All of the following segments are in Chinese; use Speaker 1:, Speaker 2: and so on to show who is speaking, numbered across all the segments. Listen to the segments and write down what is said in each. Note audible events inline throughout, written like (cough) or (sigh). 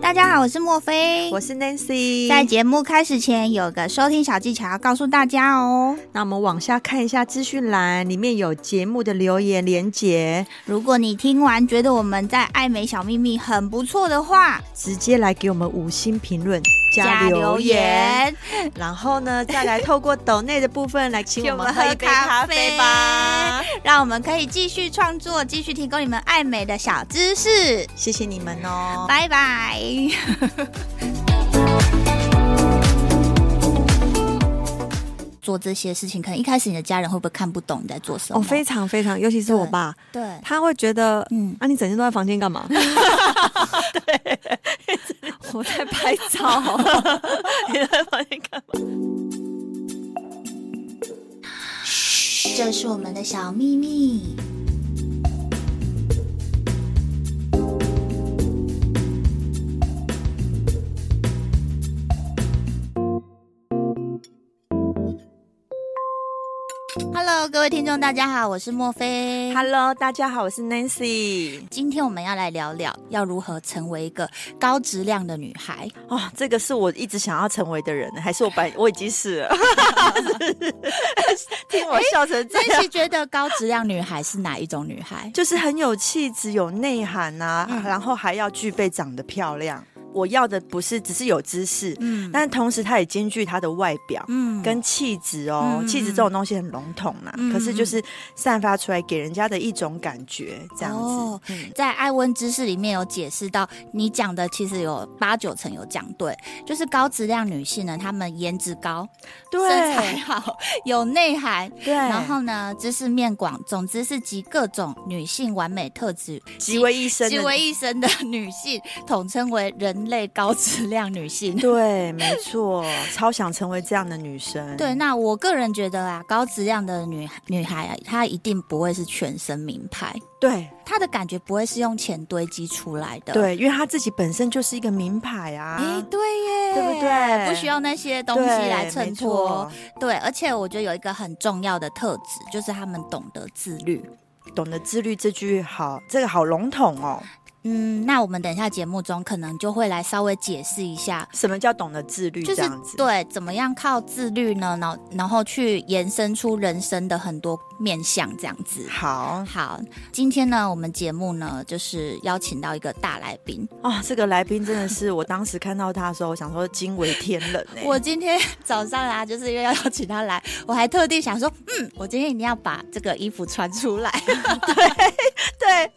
Speaker 1: 大家好，我是莫菲。
Speaker 2: 我是 Nancy。
Speaker 1: 在节目开始前，有个收听小技巧要告诉大家哦。
Speaker 2: 那我们往下看一下资讯栏，里面有节目的留言连结，
Speaker 1: 如果你听完觉得我们在爱美小秘密很不错的话，
Speaker 2: 直接来给我们五星评论留言，。然后呢，再来透过抖内的部分来请
Speaker 1: 请
Speaker 2: 我
Speaker 1: 我
Speaker 2: 们
Speaker 1: 们
Speaker 2: 喝
Speaker 1: 喝
Speaker 2: 一
Speaker 1: 一
Speaker 2: 杯
Speaker 1: 杯
Speaker 2: 咖
Speaker 1: 咖
Speaker 2: 啡
Speaker 1: 啡
Speaker 2: 吧。
Speaker 1: 让我们可以继续创作，继续提供你们爱美的小知识。
Speaker 2: 谢谢你们哦。
Speaker 1: 拜
Speaker 2: (laughs)
Speaker 1: 拜。做这些事情，可能一开始你的家人会不会看不懂你在做什么？
Speaker 2: 哦，非常非常，尤其是我爸，
Speaker 1: 对，
Speaker 2: 他会觉得，
Speaker 1: 嗯
Speaker 2: 啊，你整天都在房间干 (laughs) 嘛？ (laughs)
Speaker 1: 我在拍照。
Speaker 2: 你在房间干嘛？
Speaker 1: 这是我们的小秘密。Hello，各位听众，大家好，我是莫菲。
Speaker 2: Hello，大家好，我是 Nancy。
Speaker 1: 今天我们要来聊聊要如何成为一个高质量的女
Speaker 2: (laughs)
Speaker 1: 孩。
Speaker 2: 哦，这个是我一直想要成为的人，还是我本我已经是
Speaker 1: (laughs)
Speaker 2: 了？ (laughs) 听我笑成这
Speaker 1: 真
Speaker 2: 样，
Speaker 1: 是觉得高质量女孩是哪一种女孩？
Speaker 2: (laughs) 就是很有气质、有内涵啊，
Speaker 1: 嗯
Speaker 2: 然后还要具备长得漂亮。我要的不是只是有知识，
Speaker 1: 嗯
Speaker 2: 但同时它也兼具她的外表。
Speaker 1: 嗯
Speaker 2: 跟气质哦，
Speaker 1: 嗯
Speaker 2: 气质这种东西很笼统啦，
Speaker 1: 嗯
Speaker 2: 可是就是散发出来给人家的一种感觉，这样子。
Speaker 1: 哦
Speaker 2: 嗯
Speaker 1: 在爱问知识里面有解释到，你讲的其实有八九成有讲对，就是高质量女性呢，她们颜值高，身材
Speaker 2: 对
Speaker 1: 好，有内涵，(laughs)
Speaker 2: 对，
Speaker 1: 然后呢知识面广，总之是集各种女性完美特质
Speaker 2: 集为一身的，
Speaker 1: 集为一身的女性，统称为人类高质量女性。
Speaker 2: 对，没错，超想成为这样的女生。
Speaker 1: 对，那我个人觉得啊，高质量的女女孩啊，她一定不会是全身名牌，
Speaker 2: 对
Speaker 1: 她的感觉不会是用钱堆积出来的。
Speaker 2: 对，因为她自己本身就是一个名牌啊，
Speaker 1: 哎，对耶，
Speaker 2: 对不对
Speaker 1: 不需要那些东西
Speaker 2: 对
Speaker 1: 来衬
Speaker 2: 没
Speaker 1: 托
Speaker 2: 错。
Speaker 1: 对，而且我觉得有一个很重要的特质，就是他们懂得自律。
Speaker 2: 懂得自律这句好，这个好笼统哦。
Speaker 1: 嗯，那我们等一下节目中可能就会来稍微解释一下，
Speaker 2: 什么叫懂得自律？
Speaker 1: 就是
Speaker 2: 这样子，
Speaker 1: 对怎么样靠自律呢？然后然后去延伸出人生的很多面向，这样子。
Speaker 2: 好
Speaker 1: 好，今天呢，我们节目呢就是邀请到一个大来宾，
Speaker 2: 哦。这个来宾真的是，我当时看到他的时候，我想说惊为天人哎、
Speaker 1: 我今天早上啊，就是因为要邀请他来，我还特地想说，嗯，我今天一定要把这个衣服穿出来，
Speaker 2: 对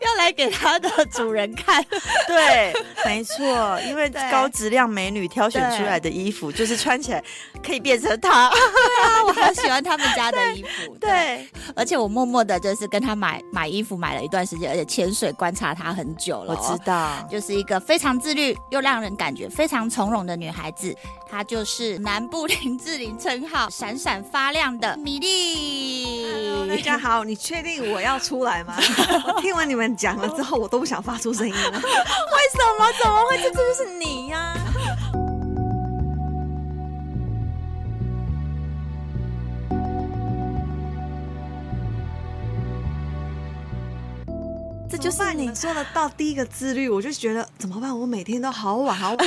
Speaker 1: 要来给他的主人看。
Speaker 2: 对，没错，因为
Speaker 1: 对
Speaker 2: 高质量美女挑选出
Speaker 1: 对
Speaker 2: 来的衣服，就是穿起来可以变成她。
Speaker 1: (laughs) 啊，我好喜欢他们家的衣服。
Speaker 2: (laughs) 对，
Speaker 1: 而且我默默的就是跟他买买衣服买了一段时间，而且潜水观察他很久了、
Speaker 2: 我知，道。
Speaker 1: 就是一个非常自律又让人感觉非常从容的女孩子。她就是南部林志玲称号闪闪发亮的米粒。
Speaker 2: (laughs)
Speaker 3: 大家好，你确定我要出来吗？我听完你们讲了之后，我都不想发出声
Speaker 2: (laughs)
Speaker 3: 音了。
Speaker 2: 为什么？怎么会？这这就是你呀、这就
Speaker 3: 就是是
Speaker 2: 你
Speaker 3: 你说的到第一个自律，我就觉得怎么办？我每天都好晚好晚， (laughs)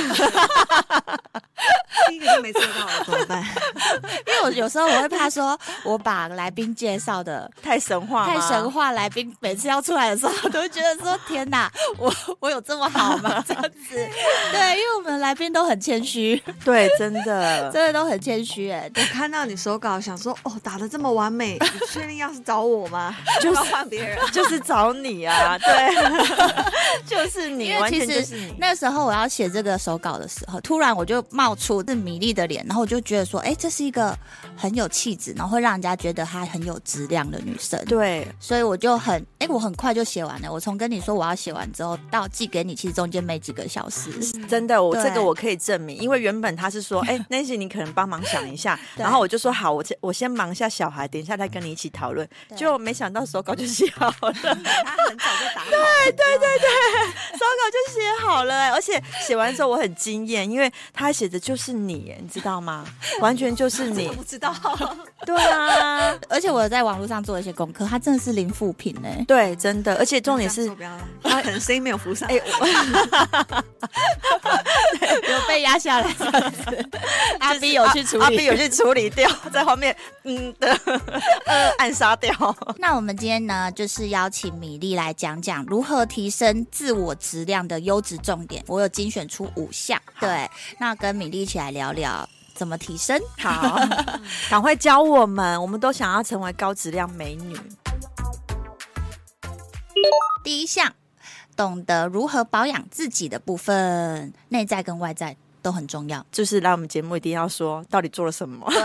Speaker 3: 第一个就没做到了，怎么办？
Speaker 1: 因为我有时候我会怕说，我把来宾介绍的
Speaker 2: 太神话吗，
Speaker 1: 太神话，来宾每次要出来的时候，我都会觉得说天
Speaker 2: (laughs)
Speaker 1: 哪，我我有这么好吗？这样子，对，因为我们来宾都很谦
Speaker 2: (laughs)
Speaker 1: 虚，
Speaker 2: 对，真
Speaker 3: (laughs)
Speaker 2: 的，
Speaker 1: 真的都很谦虚哎。
Speaker 3: 我看到你手稿，想说哦，打的这么完美，你确定要是找我吗？就要换别人。
Speaker 2: 就是找你啊，对，
Speaker 3: (laughs)
Speaker 2: 就是你，
Speaker 1: 因为
Speaker 2: 完
Speaker 1: 其
Speaker 2: 全就
Speaker 1: 实
Speaker 2: 是你。
Speaker 1: 那时候我要写这个手稿的时候，突然我就冒出是米粒的脸，然后我就觉得说，哎，这是一个很有气质，然后会让人家觉得她很有质量的女生。
Speaker 2: 对，
Speaker 1: 所以我就很，哎、我很快就写完了。我从跟你说我要写完之后到寄给你，其实中间没几个小时。
Speaker 2: 真的，我
Speaker 1: 嗯对
Speaker 2: 这个我可以证明，因为原本他是
Speaker 1: (laughs)
Speaker 2: 说，哎、那 Nancy 你可能帮忙想一下，
Speaker 1: 对
Speaker 2: 然后我就说好，我先我先忙一下小孩，等一下再跟你一起讨论。
Speaker 1: 对
Speaker 2: 结果没想到手稿就写好了，手稿
Speaker 3: 他很早就打好。对对对对，
Speaker 2: 就写好了、而且写完之后我很惊艳，因为他写的就是你，你知道吗？完全就是你
Speaker 1: (laughs)
Speaker 3: 我，不知道，
Speaker 2: 对啊，
Speaker 1: 而且我有在网络上做一些功课，它真的是零负评哎、
Speaker 2: 对，真的，而且重点是
Speaker 3: 这样说，不要啦他可能声音没有浮上
Speaker 2: 哎、。我
Speaker 1: 有被压下来。 (laughs) 啊阿 B 有去处理。
Speaker 2: 阿 B 有去处理掉，在后面嗯
Speaker 1: (laughs)
Speaker 2: 的呃暗杀掉。
Speaker 1: 那我们今天呢，就是邀请米粒来讲讲如何提升自我质量的优质重点。我有精选出五项，对，那跟米粒一起来聊聊怎么提升。
Speaker 2: (laughs) 好，赶快教我们，我们都想要成为高质量美女。
Speaker 1: 第一项，懂得如何保养自己的部分，内在跟外在都很重 (laughs) 要。
Speaker 2: 就是来我们节目一定要说到底做了什么。
Speaker 3: 诚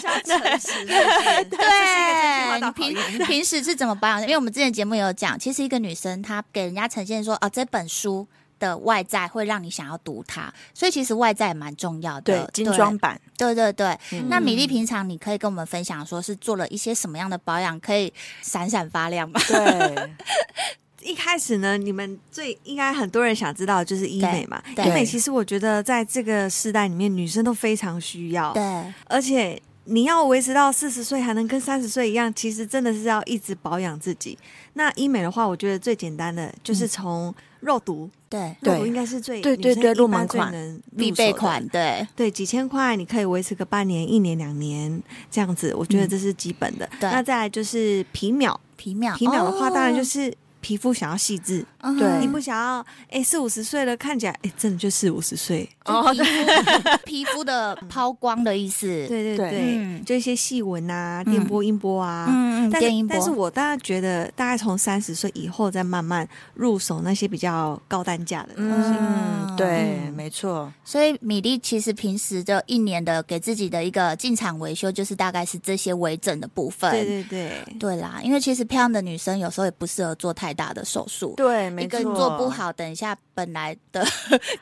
Speaker 3: 实认真 (laughs) 这是一个真心话大
Speaker 1: 你
Speaker 3: 考验
Speaker 1: 平平时是怎么保养？因为我们之前节目也有讲，其实一个女生她给人家呈现说，哦，这本书的外在会让你想要读它，所以其实外在也蛮重要的。
Speaker 2: (laughs) 对，呃精装版。
Speaker 1: 对对对，
Speaker 2: 嗯
Speaker 1: 那米粒平常你可以跟我们分享，说是做了一些什么样的保养，可以闪闪发亮吗？
Speaker 2: 对，
Speaker 3: (laughs) 一开始呢，你们最应该很多人想知道的就是医美嘛。
Speaker 1: 对
Speaker 3: 医
Speaker 1: 对
Speaker 3: 美其实我觉得在这个时代里面，女生都非常需要，
Speaker 1: 对，
Speaker 3: 而且你要维持到四十岁还能跟三十岁一样，其实真的是要一直保养自己。那医美的话，我觉得最简单的就是从肉毒，
Speaker 1: 对，
Speaker 2: 对
Speaker 3: 肉毒应该是最
Speaker 2: 对对对
Speaker 3: 女生一般
Speaker 2: 入门款
Speaker 3: 最能入手的
Speaker 1: 必备款，对
Speaker 3: 对，几千块你可以维持个半年、一年、两年这样子，我觉得这是基本的。
Speaker 1: 对
Speaker 3: 那再来就是皮秒，
Speaker 1: 皮秒，
Speaker 3: 皮秒的话，
Speaker 1: 哦
Speaker 3: 当然就是皮肤想要细致，
Speaker 1: 嗯
Speaker 2: 对
Speaker 3: 你不想要哎四五十岁了看起来哎真的就四五十岁，
Speaker 1: 就皮肤 (laughs) 皮肤的抛光的意思，对，
Speaker 3: 对
Speaker 2: 对
Speaker 3: 对对，
Speaker 1: 嗯
Speaker 3: 就一些细纹啊、
Speaker 1: 嗯
Speaker 3: 电波、音波啊。
Speaker 1: 嗯嗯，
Speaker 3: 但是
Speaker 1: 电音波，
Speaker 3: 但是我当然觉得，大概从三十岁以后再慢慢入手那些比较高单价的。
Speaker 2: (laughs) 嗯，对，
Speaker 1: 嗯
Speaker 2: 没错，
Speaker 1: 所以米粒其实平时的一年的给自己的一个进场维修，就是大概是这些微整的部分，
Speaker 3: 对对对，
Speaker 1: 对啦，因为其实漂亮的女生有时候也不适合做太大的手术，
Speaker 2: 对，
Speaker 1: 一
Speaker 2: 没
Speaker 1: 个
Speaker 2: 错，
Speaker 1: 做不。好，等一下本来
Speaker 2: (laughs)
Speaker 1: 的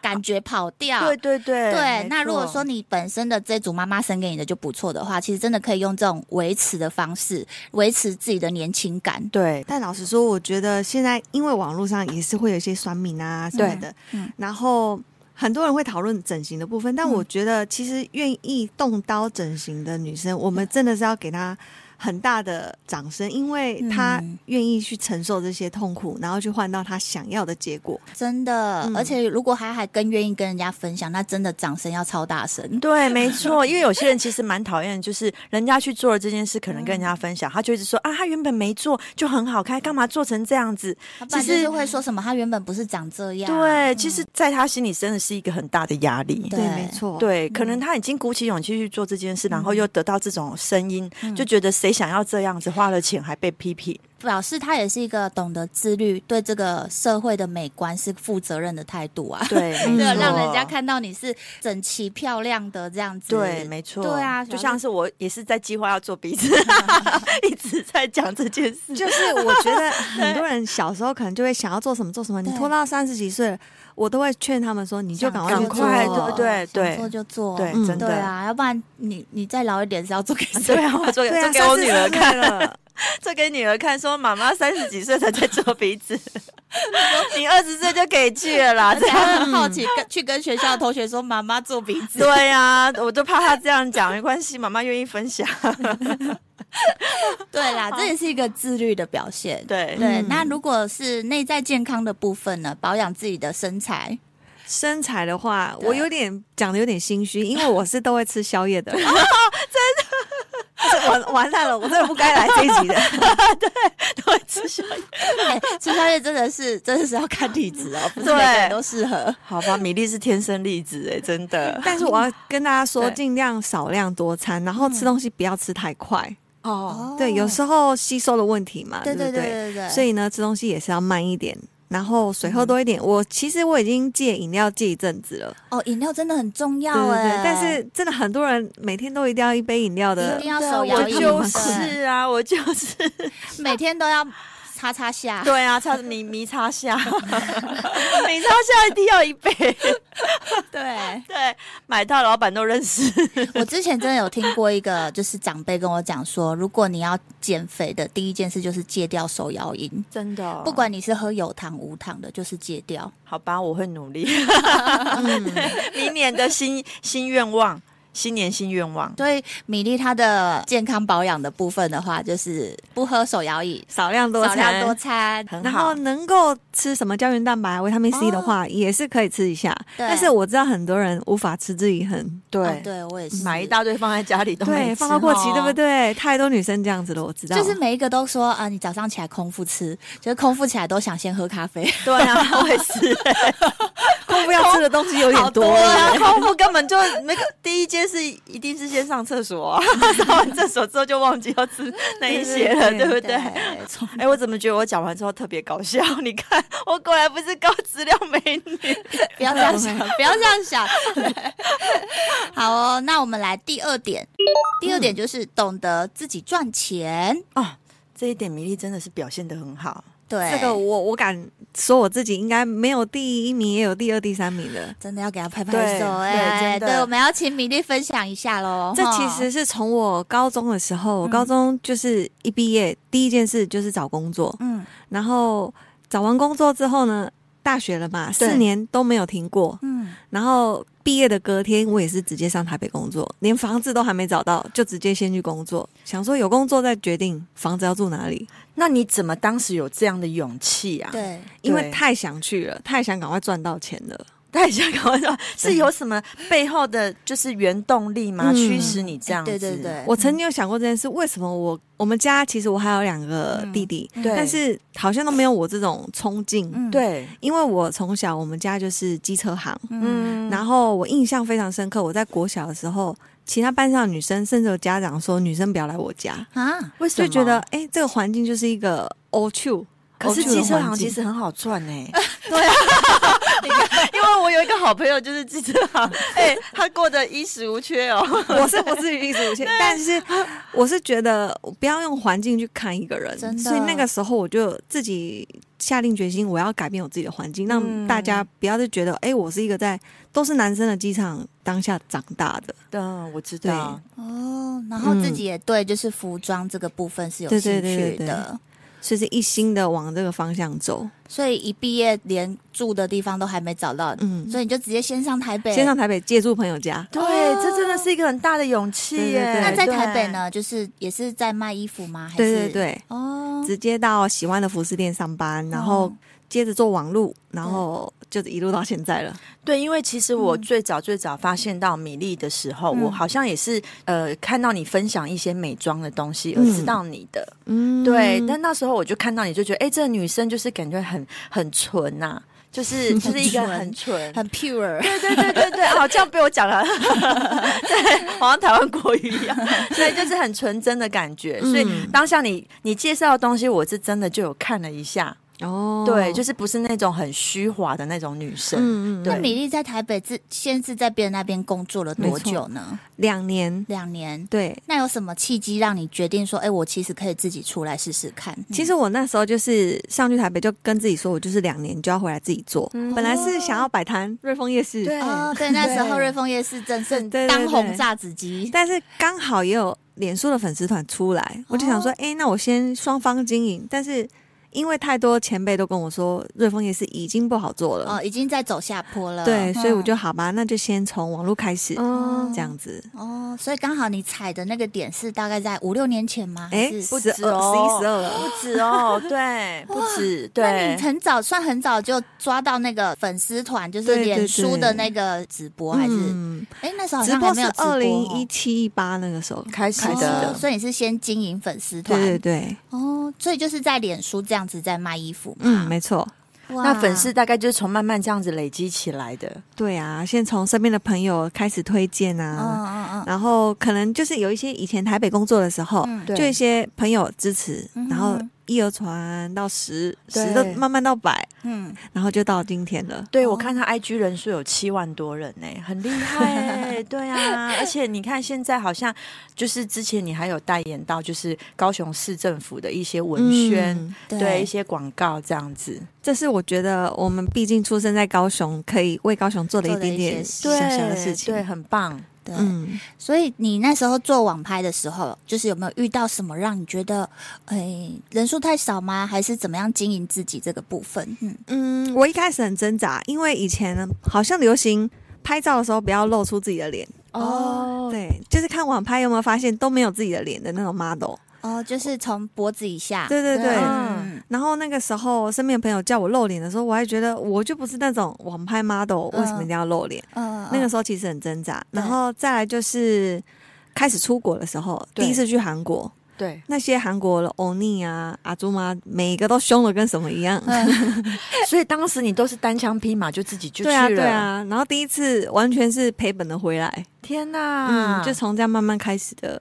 Speaker 1: 感觉跑掉。
Speaker 2: 对对对，
Speaker 1: 对
Speaker 2: 没
Speaker 1: 那如果
Speaker 2: 错
Speaker 1: 说你本身的这组妈妈生给你的就不错的话，其实真的可以用这种维持的方式维持自己的年轻感。
Speaker 2: 对
Speaker 3: 但老实说，我觉得现在因为网络上也是会有一些酸民啊什么的，
Speaker 1: 对嗯
Speaker 3: 然后很多人会讨论整形的部分，但
Speaker 1: 嗯
Speaker 3: 我觉得其实愿意动刀整形的女生，我们真的是要给她很大的掌声，因为她
Speaker 1: 嗯
Speaker 3: 愿意去承受这些痛苦，然后去换到她想要的结果。
Speaker 1: 真的，
Speaker 3: 嗯
Speaker 1: 而且如果还还更愿意跟人家分享，那真的掌声要超大声。
Speaker 2: 对，没错， (laughs) 因为有些人其实蛮讨厌，就是人家去做了这件事，可能跟人家分享，他就一直说啊，他原本没做就很好看，干嘛做成这样子？
Speaker 1: 其
Speaker 2: 其实
Speaker 1: 实会说什么，他原本不是长这样。
Speaker 2: 对，其实在他心里真的是一个很大的压力。
Speaker 1: 对
Speaker 3: 没错，
Speaker 2: 对，可能他已经鼓起勇气去做这件事，然后又得到这种声音，就觉得谁想要这样子，花了钱还被批评。
Speaker 1: 表示他也是一个懂得自律，对这个社会的美观是负责任的态度啊。
Speaker 2: 对，嗯 (laughs)
Speaker 1: (laughs)
Speaker 2: 没
Speaker 1: 对，
Speaker 2: 错
Speaker 1: 让人家。看到你是整齐漂亮的这样子。
Speaker 2: 对，没错。
Speaker 1: 对啊，
Speaker 2: 就像是我也是在计划要做鼻子，一直在讲这件事。
Speaker 3: 就是我觉得很多人小时候可能就会想要做什么做什么，你
Speaker 1: 对
Speaker 3: 拖到三十几岁了，我都会劝他们说，你就赶快去
Speaker 1: 想
Speaker 2: 赶
Speaker 1: 做
Speaker 2: 快
Speaker 3: 做
Speaker 2: 对不对对
Speaker 1: 想做就做，
Speaker 2: 对，
Speaker 1: 嗯
Speaker 2: 真
Speaker 1: 对
Speaker 2: 的。
Speaker 1: 啊，要不然你你再老一点是要做给谁？ (laughs)
Speaker 2: 对啊，我做
Speaker 3: 对
Speaker 2: 做
Speaker 3: 啊，
Speaker 2: 给我女儿看，
Speaker 3: 看了，
Speaker 2: 做给女儿看，说妈妈三十几岁才在做鼻子，你二十岁就可以去了啦。
Speaker 1: 而且
Speaker 2: 这 (laughs)
Speaker 1: 还会
Speaker 2: 样
Speaker 1: 很啊好奇，跟去跟学校的同学说妈妈做鼻子，
Speaker 2: 对呀、我就怕她这样讲，没关系，妈妈愿意分享。
Speaker 1: (laughs) 对啦，这也是一个自律的表现。
Speaker 2: 对，
Speaker 1: (laughs) 对，啊
Speaker 3: 嗯
Speaker 1: 那如果是内在健康的部分呢，保养自己的身材，
Speaker 3: 身材的话，
Speaker 1: 对
Speaker 3: 我有点讲的有点心虚，因为我是都会吃宵夜的， (laughs) 真的。完完蛋了，我真的不该来这一集的。 (laughs)
Speaker 2: 对，吃宵夜
Speaker 1: 哎， (laughs) 吃宵夜真的是真的是要看体质哦，不是
Speaker 2: 对
Speaker 1: 每个人都适合。
Speaker 2: 好吧，米粒是天生丽质哎，真
Speaker 3: (laughs)
Speaker 2: 的。
Speaker 3: 但是我要跟大家说，
Speaker 2: 对
Speaker 3: 尽量少量多餐，然后吃东西不要吃太快。
Speaker 2: 哦，
Speaker 3: 对，有时候吸收的问题嘛，
Speaker 1: 对
Speaker 3: 不
Speaker 1: 对对对对，
Speaker 3: 所以呢，吃东西也是要慢一点，然后水喝多一点。我其实我已经戒饮料戒一阵子了，
Speaker 1: 哦，饮料真的很重
Speaker 3: 对
Speaker 1: 要
Speaker 3: 对
Speaker 1: 哎
Speaker 3: 对。，但是真的很多人每天都一定要一杯饮料的
Speaker 1: 一定，要
Speaker 2: 对啊
Speaker 1: 手摇
Speaker 2: 我
Speaker 1: 饮
Speaker 2: 就
Speaker 1: 对
Speaker 3: (laughs)
Speaker 2: 是啊，我就是。
Speaker 1: (laughs) 每天都要擦擦下。
Speaker 2: 对啊，擦迷迷擦
Speaker 3: (laughs)
Speaker 2: 下，迷擦下一定要一杯。
Speaker 1: (laughs) 对，
Speaker 2: 对，买到老板都认识。
Speaker 1: 我之前真的有听过一个，就是长辈跟我讲说，如果你要减肥的第一件事就是戒掉手摇饮，
Speaker 2: 真的哦、
Speaker 1: 不管你是喝有糖无糖的，就是戒掉。
Speaker 2: 好吧，我会努力。
Speaker 3: 嗯
Speaker 2: (laughs) 明年的新新愿望，新年新愿望，
Speaker 1: 所以米粒她的健康保养的部分的话，就是不喝手摇饮，
Speaker 3: 少量多
Speaker 1: 少
Speaker 3: 餐，
Speaker 1: 量多餐，
Speaker 2: 很
Speaker 3: 然
Speaker 2: 好
Speaker 3: 后能够吃什么胶原蛋白、维他命 C 的话，也是可以吃一下。
Speaker 1: 哦对
Speaker 3: 但是我知道很多人无法持之以恒，
Speaker 2: 啊对、
Speaker 1: 哦对我也是
Speaker 2: 买一大堆放在家里都没
Speaker 3: 嗯对，
Speaker 2: 吃
Speaker 3: 放到过期，
Speaker 2: 哦
Speaker 3: 对不？对？太多女生这样子了，我知道。
Speaker 1: 就是每一个都说啊，你早上起来空腹吃，就是空腹起来都想先喝咖啡。
Speaker 2: 对啊，我也是，
Speaker 3: 空腹要吃的东西有点多了。
Speaker 2: 啊，空腹根本就那个第一件事一定是先上厕所、啊， (laughs) 上完厕所之后就忘记要吃那一些了，
Speaker 3: 对
Speaker 2: 对
Speaker 3: 对
Speaker 2: 不对？
Speaker 1: 从
Speaker 2: 哎、我怎么觉得我讲完之后特别搞笑？你看，我果然不是高质量美女。
Speaker 1: (laughs) 不要这
Speaker 3: (laughs)
Speaker 1: 样想，不要这样想。 (laughs) 好哦，那我们来第二点，第二点
Speaker 3: 嗯
Speaker 1: 就是懂得自己赚钱。
Speaker 2: 哦， (laughs) 这一点米粒真的是表现的很好。
Speaker 1: 对，
Speaker 3: 这个我我敢说我自己应该没有第一名，也有第二、第三名的。
Speaker 1: 真的要给他拍拍手
Speaker 2: 对
Speaker 1: 哎、
Speaker 2: 对真的
Speaker 1: 对，我们要请米粒分享一下喽。
Speaker 3: 这
Speaker 1: 哦哈嗯
Speaker 3: 其实是从我高中的时候，我高中就是一毕业第一件事就是找工作，
Speaker 1: 嗯，
Speaker 3: 然后找完工作之后呢，大学了嘛，
Speaker 2: 对
Speaker 3: 四年都没有停过，
Speaker 1: 嗯，
Speaker 3: 然后毕业的隔天，我也是直接上台北工作，连房子都还没找到，就直接先去工作，想说有工作再决定房子要住哪里，
Speaker 2: 那你怎么当时有这样的勇气啊？，
Speaker 1: 对，嗯
Speaker 3: 因为
Speaker 2: 对
Speaker 3: 太想去了，太想赶快赚到钱了。
Speaker 2: 太想搞笑，是有什么背后的就是原动力吗？
Speaker 3: 嗯
Speaker 2: 驱使你这样子？
Speaker 1: 哎
Speaker 2: 嗯
Speaker 1: 对对对，
Speaker 3: 我曾经有想过这件事，为什么我我们家其实我还有两个弟弟，
Speaker 1: 嗯
Speaker 2: 对
Speaker 3: 但是好像都没有我这种冲劲，
Speaker 1: 嗯
Speaker 2: 对，
Speaker 3: 因为我从小我们家就是机车行，
Speaker 1: 嗯，
Speaker 3: 然后我印象非常深刻，我在国小的时候，其他班上的女生甚至有家长说女生不要来我家，
Speaker 1: 啊，
Speaker 2: 为什
Speaker 3: 就
Speaker 2: 么
Speaker 3: 觉得？哎、这个环境就是一个 all true。
Speaker 2: 可是机车行其实很好赚哎、 (laughs) 对啊，因为我有一个好朋友就是机车行，哎、他过得衣食无缺哦。
Speaker 3: 我是不至于一直无限，但是我是觉得我不要用环境去看一个人
Speaker 1: 真，的
Speaker 3: 所以那个时候我就自己下定决心，我要改变我自己的环境，
Speaker 2: 嗯
Speaker 3: 让大家不要就觉得，哎、我是一个在都是男生的机场当下长大的，
Speaker 2: 嗯，我知道。
Speaker 1: 哦，然后自己也对，就是服装这个部分是有
Speaker 3: 嗯对
Speaker 1: 兴
Speaker 3: 对
Speaker 1: 趣的，
Speaker 3: 对对对所以是一心的往这个方向走。
Speaker 1: 所以一毕业连住的地方都还没找到，
Speaker 3: 嗯，
Speaker 1: 所以你就直接先上台北，
Speaker 3: 先上台北借住朋友家，
Speaker 2: 对
Speaker 1: 哦
Speaker 2: 这真的是一个很大的勇气耶、啊
Speaker 3: 对对对
Speaker 1: 那在台北？呢，就是也是在卖衣服吗？还
Speaker 3: 对
Speaker 1: 是
Speaker 3: 对对，
Speaker 1: 哦，
Speaker 3: 直接到喜欢的服饰店上班，然后接着做网路，然后就一路到现在了。
Speaker 2: 对，因为其实我最早最早发现到米粒的时候，
Speaker 1: 嗯
Speaker 2: 我好像也是呃看到你分享一些美妆的东西而知道你的。
Speaker 3: 嗯，
Speaker 2: 对，但那时候我就看到你就觉得，哎、这个女生就是感觉很很纯呐、就是 (laughs) 就是一个很纯。
Speaker 1: 很 pure，
Speaker 2: 对对对对对，好，这样被我讲了，对，好像台湾国语一样，所以就是很纯真的感觉。所以
Speaker 3: 嗯
Speaker 2: 当下你你介绍的东西，我是真的就有看了一下，
Speaker 3: 哦，
Speaker 2: 对，就是不是那种很虚华的那种女生，
Speaker 3: 嗯嗯，
Speaker 1: 那
Speaker 2: 对
Speaker 1: 米粒在台北自先是在别人那边工作了多
Speaker 3: 没错
Speaker 1: 久呢？
Speaker 3: 两年，
Speaker 1: 两年。
Speaker 3: 对。
Speaker 1: 那有什么契机让你决定说，哎、我其实可以自己出来试试看？嗯
Speaker 3: 其
Speaker 1: 实
Speaker 3: 实我那时候就是上去台北，就跟自己说，我就是两年就要回来自己做。
Speaker 2: 嗯
Speaker 3: 本来是想要摆摊瑞丰夜市，
Speaker 2: 对
Speaker 3: (laughs)
Speaker 1: 哦，对，那时候
Speaker 2: 对
Speaker 1: 瑞丰夜市正是
Speaker 3: 对对对
Speaker 1: 当红炸子鸡，
Speaker 3: 但是刚好也有脸书的粉丝团出来，我就想说，哎、那我先双方经营。但是因为太多前辈都跟我说，瑞丰夜市已经不好做了，
Speaker 1: 哦，已经在走下坡了。
Speaker 3: 对，
Speaker 1: 嗯
Speaker 3: 所以我就好吧，那就先从网络开始，
Speaker 2: 嗯
Speaker 3: 这样子。
Speaker 1: 哦，所以刚好你踩的那个点是大概在五六年前吗？还
Speaker 3: 哎，
Speaker 1: 是
Speaker 3: 十
Speaker 2: 不
Speaker 3: 二、
Speaker 2: 止
Speaker 3: 十
Speaker 2: 哦
Speaker 3: 一、十二，
Speaker 2: 不止哦，对，不止，
Speaker 1: 那
Speaker 2: 对
Speaker 1: 你，很早，算很早就抓到那个粉丝团，就是
Speaker 3: 对对
Speaker 1: 脸书的
Speaker 3: 对
Speaker 1: 那个直播，还是
Speaker 3: 嗯
Speaker 1: 哎、那时候好
Speaker 3: 直
Speaker 1: 像
Speaker 3: 播
Speaker 1: 还没
Speaker 3: 是
Speaker 1: 有直播
Speaker 3: 二零
Speaker 1: 哦
Speaker 3: 一七一八那个时候
Speaker 1: (laughs)
Speaker 2: 开始
Speaker 3: 开始
Speaker 2: 的
Speaker 1: 哦所以你是先经营粉丝团，
Speaker 3: 对对对，
Speaker 1: 哦，所以就是在脸书这样子在卖衣服嘛，
Speaker 3: 嗯，没错，
Speaker 1: 哇
Speaker 2: 那粉丝大概就是从慢慢这样子累积起来的。
Speaker 3: 对啊，先从身边的朋友开始推荐
Speaker 1: 嗯
Speaker 3: 啊，
Speaker 1: 嗯嗯，
Speaker 3: 然后可能就是有一些以前台北工作的时候，
Speaker 1: 嗯
Speaker 2: 对
Speaker 3: 就一些朋友支持，然后一而传到十，
Speaker 2: 对
Speaker 3: 十的慢慢到百，
Speaker 1: 嗯，
Speaker 3: 然后就到今天了。
Speaker 2: 对，
Speaker 1: 哦
Speaker 2: 我看他 IG 人数有七万多人呢、很厉害、
Speaker 3: (laughs)
Speaker 2: 欸。对啊，而且你看现在好像就是之前你还有代言到，就是高雄市政府的一些文宣，
Speaker 3: 嗯
Speaker 1: 对
Speaker 2: 对一些广告这样子。
Speaker 3: 这是我觉得我们毕竟出生在高雄，可以为高雄做了一点点
Speaker 1: 做
Speaker 3: 小
Speaker 1: 了一
Speaker 2: 对，
Speaker 3: 小的事情。
Speaker 2: 对，很棒。
Speaker 1: 对，
Speaker 3: 嗯，
Speaker 1: 所以你那时候做网拍的时候，就是有没有遇到什么让你觉得，哎，人数太少吗？还是怎么样经营自己这个部分？嗯，
Speaker 3: 嗯，我一开始很挣扎，因为以前好像流行拍照的时候不要露出自己的脸，
Speaker 1: 哦
Speaker 3: 对，就是看网拍有没有发现都没有自己的脸的那种 model。
Speaker 1: 哦，就是从脖子以下，
Speaker 3: 对对对
Speaker 1: 嗯
Speaker 3: 然后那个时候身边的朋友叫我露脸的时候，我还觉得我就不是那种网拍 model，
Speaker 1: 嗯
Speaker 3: 为什么一定要露脸？
Speaker 1: 嗯，
Speaker 3: 那个
Speaker 1: 时
Speaker 3: 时候其实很挣扎。
Speaker 1: 对
Speaker 3: 然后再来就是开始出国的时候，
Speaker 2: 对
Speaker 3: 第一次去韩国，
Speaker 2: 对，
Speaker 3: 那些韩国的欧尼啊、阿朱妈，每一个都凶的跟什么一样。 (laughs)
Speaker 2: 所以当时你都是单枪匹马就自己就去
Speaker 3: 对
Speaker 2: 了。
Speaker 3: 啊，对啊。然后第一次完全是赔本的回来，
Speaker 2: 天哪，
Speaker 3: 嗯，就从这样慢慢开始的。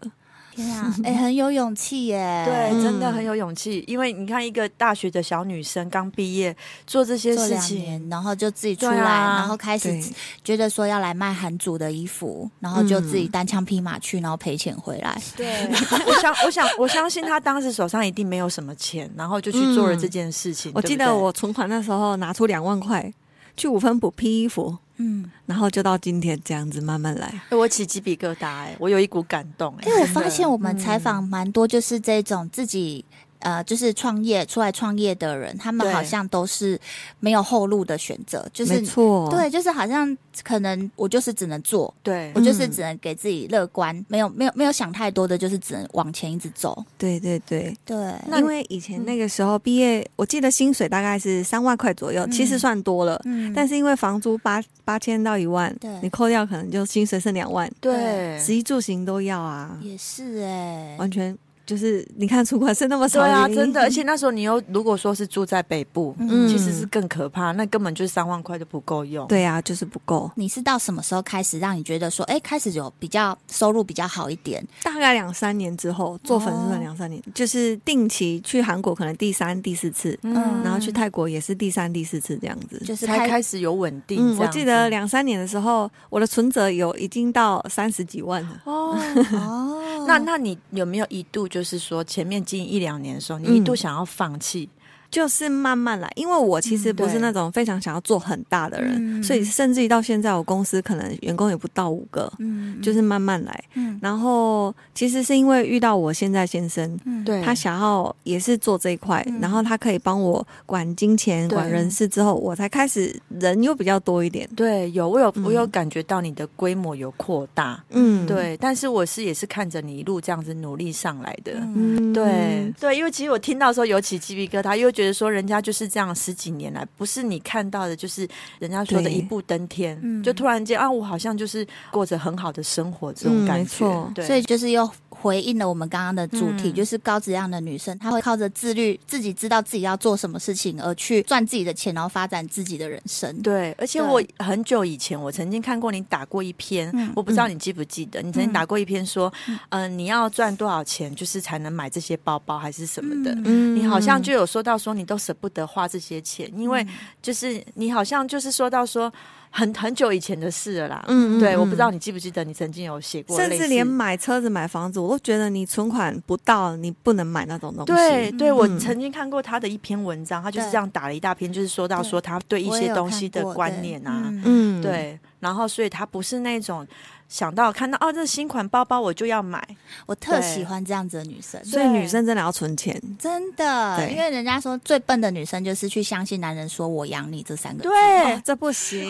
Speaker 1: 天啊，
Speaker 2: (laughs)
Speaker 1: 哎，很有勇气耶，
Speaker 2: 对，
Speaker 3: 嗯
Speaker 2: 真的很有勇气，因为你看一个大学的小女生刚毕业做这些
Speaker 1: 做
Speaker 2: 事
Speaker 1: 两
Speaker 2: 情，
Speaker 1: 年，然后就自己出
Speaker 2: 对
Speaker 1: 来，
Speaker 2: 啊
Speaker 1: 然后开始
Speaker 3: 对，
Speaker 1: 觉得说要来卖韩族的衣服，然后就自己单枪匹马去，然后赔钱回来。
Speaker 2: 嗯对， (laughs) 我想，我想，我相信他当时手上一定没有什么钱，然后就去做了这件事情。
Speaker 3: 我
Speaker 2: 对不
Speaker 3: 记得
Speaker 2: 对
Speaker 3: 我存款那时候拿出两万块去五分埔批衣服，
Speaker 1: 嗯，
Speaker 3: 然后就到今天这样子慢慢来。
Speaker 2: 哎我起鸡皮疙瘩、哎，我有一股感动、哎，
Speaker 1: 因为我
Speaker 2: 真的
Speaker 1: 发现我们采
Speaker 2: 嗯
Speaker 1: 访蛮多，就是这种自己。呃，就是创业出来创业的人，他们
Speaker 2: 对
Speaker 1: 好像都是没有后路的选择，就是
Speaker 3: 没错，
Speaker 1: 对，就是好像可能我就是只能做，
Speaker 2: 对
Speaker 1: 我就是
Speaker 3: 嗯
Speaker 1: 只能给自己乐观，没有没有没有想太多的，就是只能往前一直走。
Speaker 3: 对对对，
Speaker 1: 对，
Speaker 2: 那
Speaker 3: 因为以前那个时候毕业，我记得薪水大概是三万块左右，其实算多了。
Speaker 1: 嗯
Speaker 3: 但是因为房租八八千到一万
Speaker 1: 对，
Speaker 3: 你扣掉可能就薪水剩两万，
Speaker 2: 对
Speaker 3: 食衣住行都要啊，
Speaker 1: 也是哎、
Speaker 3: 完全就是你看存款剩那么
Speaker 2: 对
Speaker 3: 少，
Speaker 2: 啊，
Speaker 3: 原因
Speaker 2: 真的，而且那时候你又如果说是住在北部，
Speaker 1: 嗯
Speaker 2: 其实是更可怕，那根本就三万块都不够用。
Speaker 3: 对啊，就是不够，
Speaker 1: 你是到什么时候开始让你觉得说，哎，开始有比较收入比较好一点？
Speaker 3: 大概两三年之后做粉丝
Speaker 1: 哦
Speaker 3: 团两三年，就是定期去韩国，可能第三、第四次，
Speaker 1: 嗯
Speaker 3: 然后去泰国也是第三、第四次这样子，
Speaker 1: 就是
Speaker 2: 才
Speaker 1: 开
Speaker 2: 开始有稳定这样
Speaker 3: 嗯，
Speaker 2: 子。
Speaker 3: 我记得两三年的时候，我的存折有已经到三十几万了。
Speaker 2: 哦，
Speaker 1: 哦
Speaker 2: 那那你有没有一度就是说前面经营一两年的时候，你一度
Speaker 3: 嗯
Speaker 2: 想要放弃？
Speaker 3: 就是慢慢来，因为我其实
Speaker 2: 嗯
Speaker 3: 不是
Speaker 2: 对
Speaker 3: 那种非常想要做很大的人，
Speaker 1: 嗯
Speaker 3: 所以甚至于到现在，我公司可能员工也不到五个，
Speaker 1: 嗯
Speaker 3: 就是慢慢来。
Speaker 1: 嗯
Speaker 3: 然后其实是因为遇到我现在先生，
Speaker 1: 嗯
Speaker 2: 对，
Speaker 3: 他想要也是做这一块，
Speaker 1: 嗯
Speaker 3: 然后他可以帮我管金钱、
Speaker 2: 对
Speaker 3: 管人事之后，我才开始人又比较多一点。
Speaker 2: 对，有我有我有
Speaker 3: 嗯
Speaker 2: 感觉到你的规模有扩大，
Speaker 3: 嗯，，
Speaker 2: 对，但是我是也是看着你一路这样子努力上来的。
Speaker 1: 嗯
Speaker 3: 嗯，
Speaker 2: 对对，因为其实我听到的时候有起鸡皮疙瘩，因为觉得说人家就是这样十几年来，不是你看到的，就是人家说的
Speaker 3: 对
Speaker 2: 一步登天，
Speaker 1: 嗯
Speaker 2: 就突然间啊，我好像就是过着很好的生活这种
Speaker 3: 嗯
Speaker 2: 感
Speaker 3: 没
Speaker 2: 觉。
Speaker 3: 错
Speaker 2: 对，
Speaker 1: 所以就是又回应了我们刚刚的主题，
Speaker 2: 嗯
Speaker 1: 就是高质量的女生，她会靠着自律，自己知道自己要做什么事情，而去赚自己的钱，然后发展自己的人生。
Speaker 2: 对，而且
Speaker 1: 对
Speaker 2: 我很久以前我曾经看过你打过一篇，
Speaker 1: 嗯
Speaker 2: 我不知道你记不记得，你曾经打过一篇说，嗯、你要赚多少钱，就是才能买这些包包还是什么的。
Speaker 1: 嗯
Speaker 3: 嗯
Speaker 2: 你好像就有说到说，你都舍不得花这些钱，因为就是你好像就是说到说很很久以前的事了啦。
Speaker 3: 嗯
Speaker 2: 对，我不知。
Speaker 3: 嗯
Speaker 2: 道你记不记得，你曾经有写过类
Speaker 3: 甚
Speaker 2: 似，
Speaker 3: 至连买车子、买房子，我都觉得你存款不到，你不能买那种东西。
Speaker 2: 对对，我
Speaker 3: 嗯
Speaker 2: 曾经看过他的一篇文章，他就是
Speaker 1: 对
Speaker 2: 这样打了一大篇，就是说到
Speaker 1: 对
Speaker 2: 说他对一
Speaker 1: 我也
Speaker 2: 些
Speaker 1: 有
Speaker 2: 东西
Speaker 1: 看
Speaker 2: 的
Speaker 1: 过
Speaker 2: 观念啊，，
Speaker 1: 嗯
Speaker 3: 嗯，
Speaker 2: 对，然后所以他不是那种想到看到哦，这新款包包我就要买，
Speaker 1: 我特喜欢这样子的女生。
Speaker 3: 所以女生真的要存钱。
Speaker 1: 真的，
Speaker 3: 对
Speaker 1: 因为人家说最笨的女生就是去相信男人说“我养你”这三个字。
Speaker 2: 对
Speaker 3: 哦，这
Speaker 2: (laughs)
Speaker 3: 不行，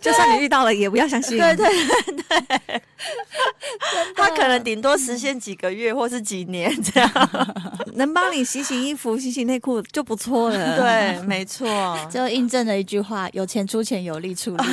Speaker 3: 就算你遇到了，也不要相信。
Speaker 2: 对对他可能顶多实现几个月或是几年这样，
Speaker 3: 能帮你洗洗衣服、洗洗内裤就不错了。，
Speaker 2: (laughs) 对，没错，
Speaker 1: 就印证了一句话：有钱出钱，有力出力。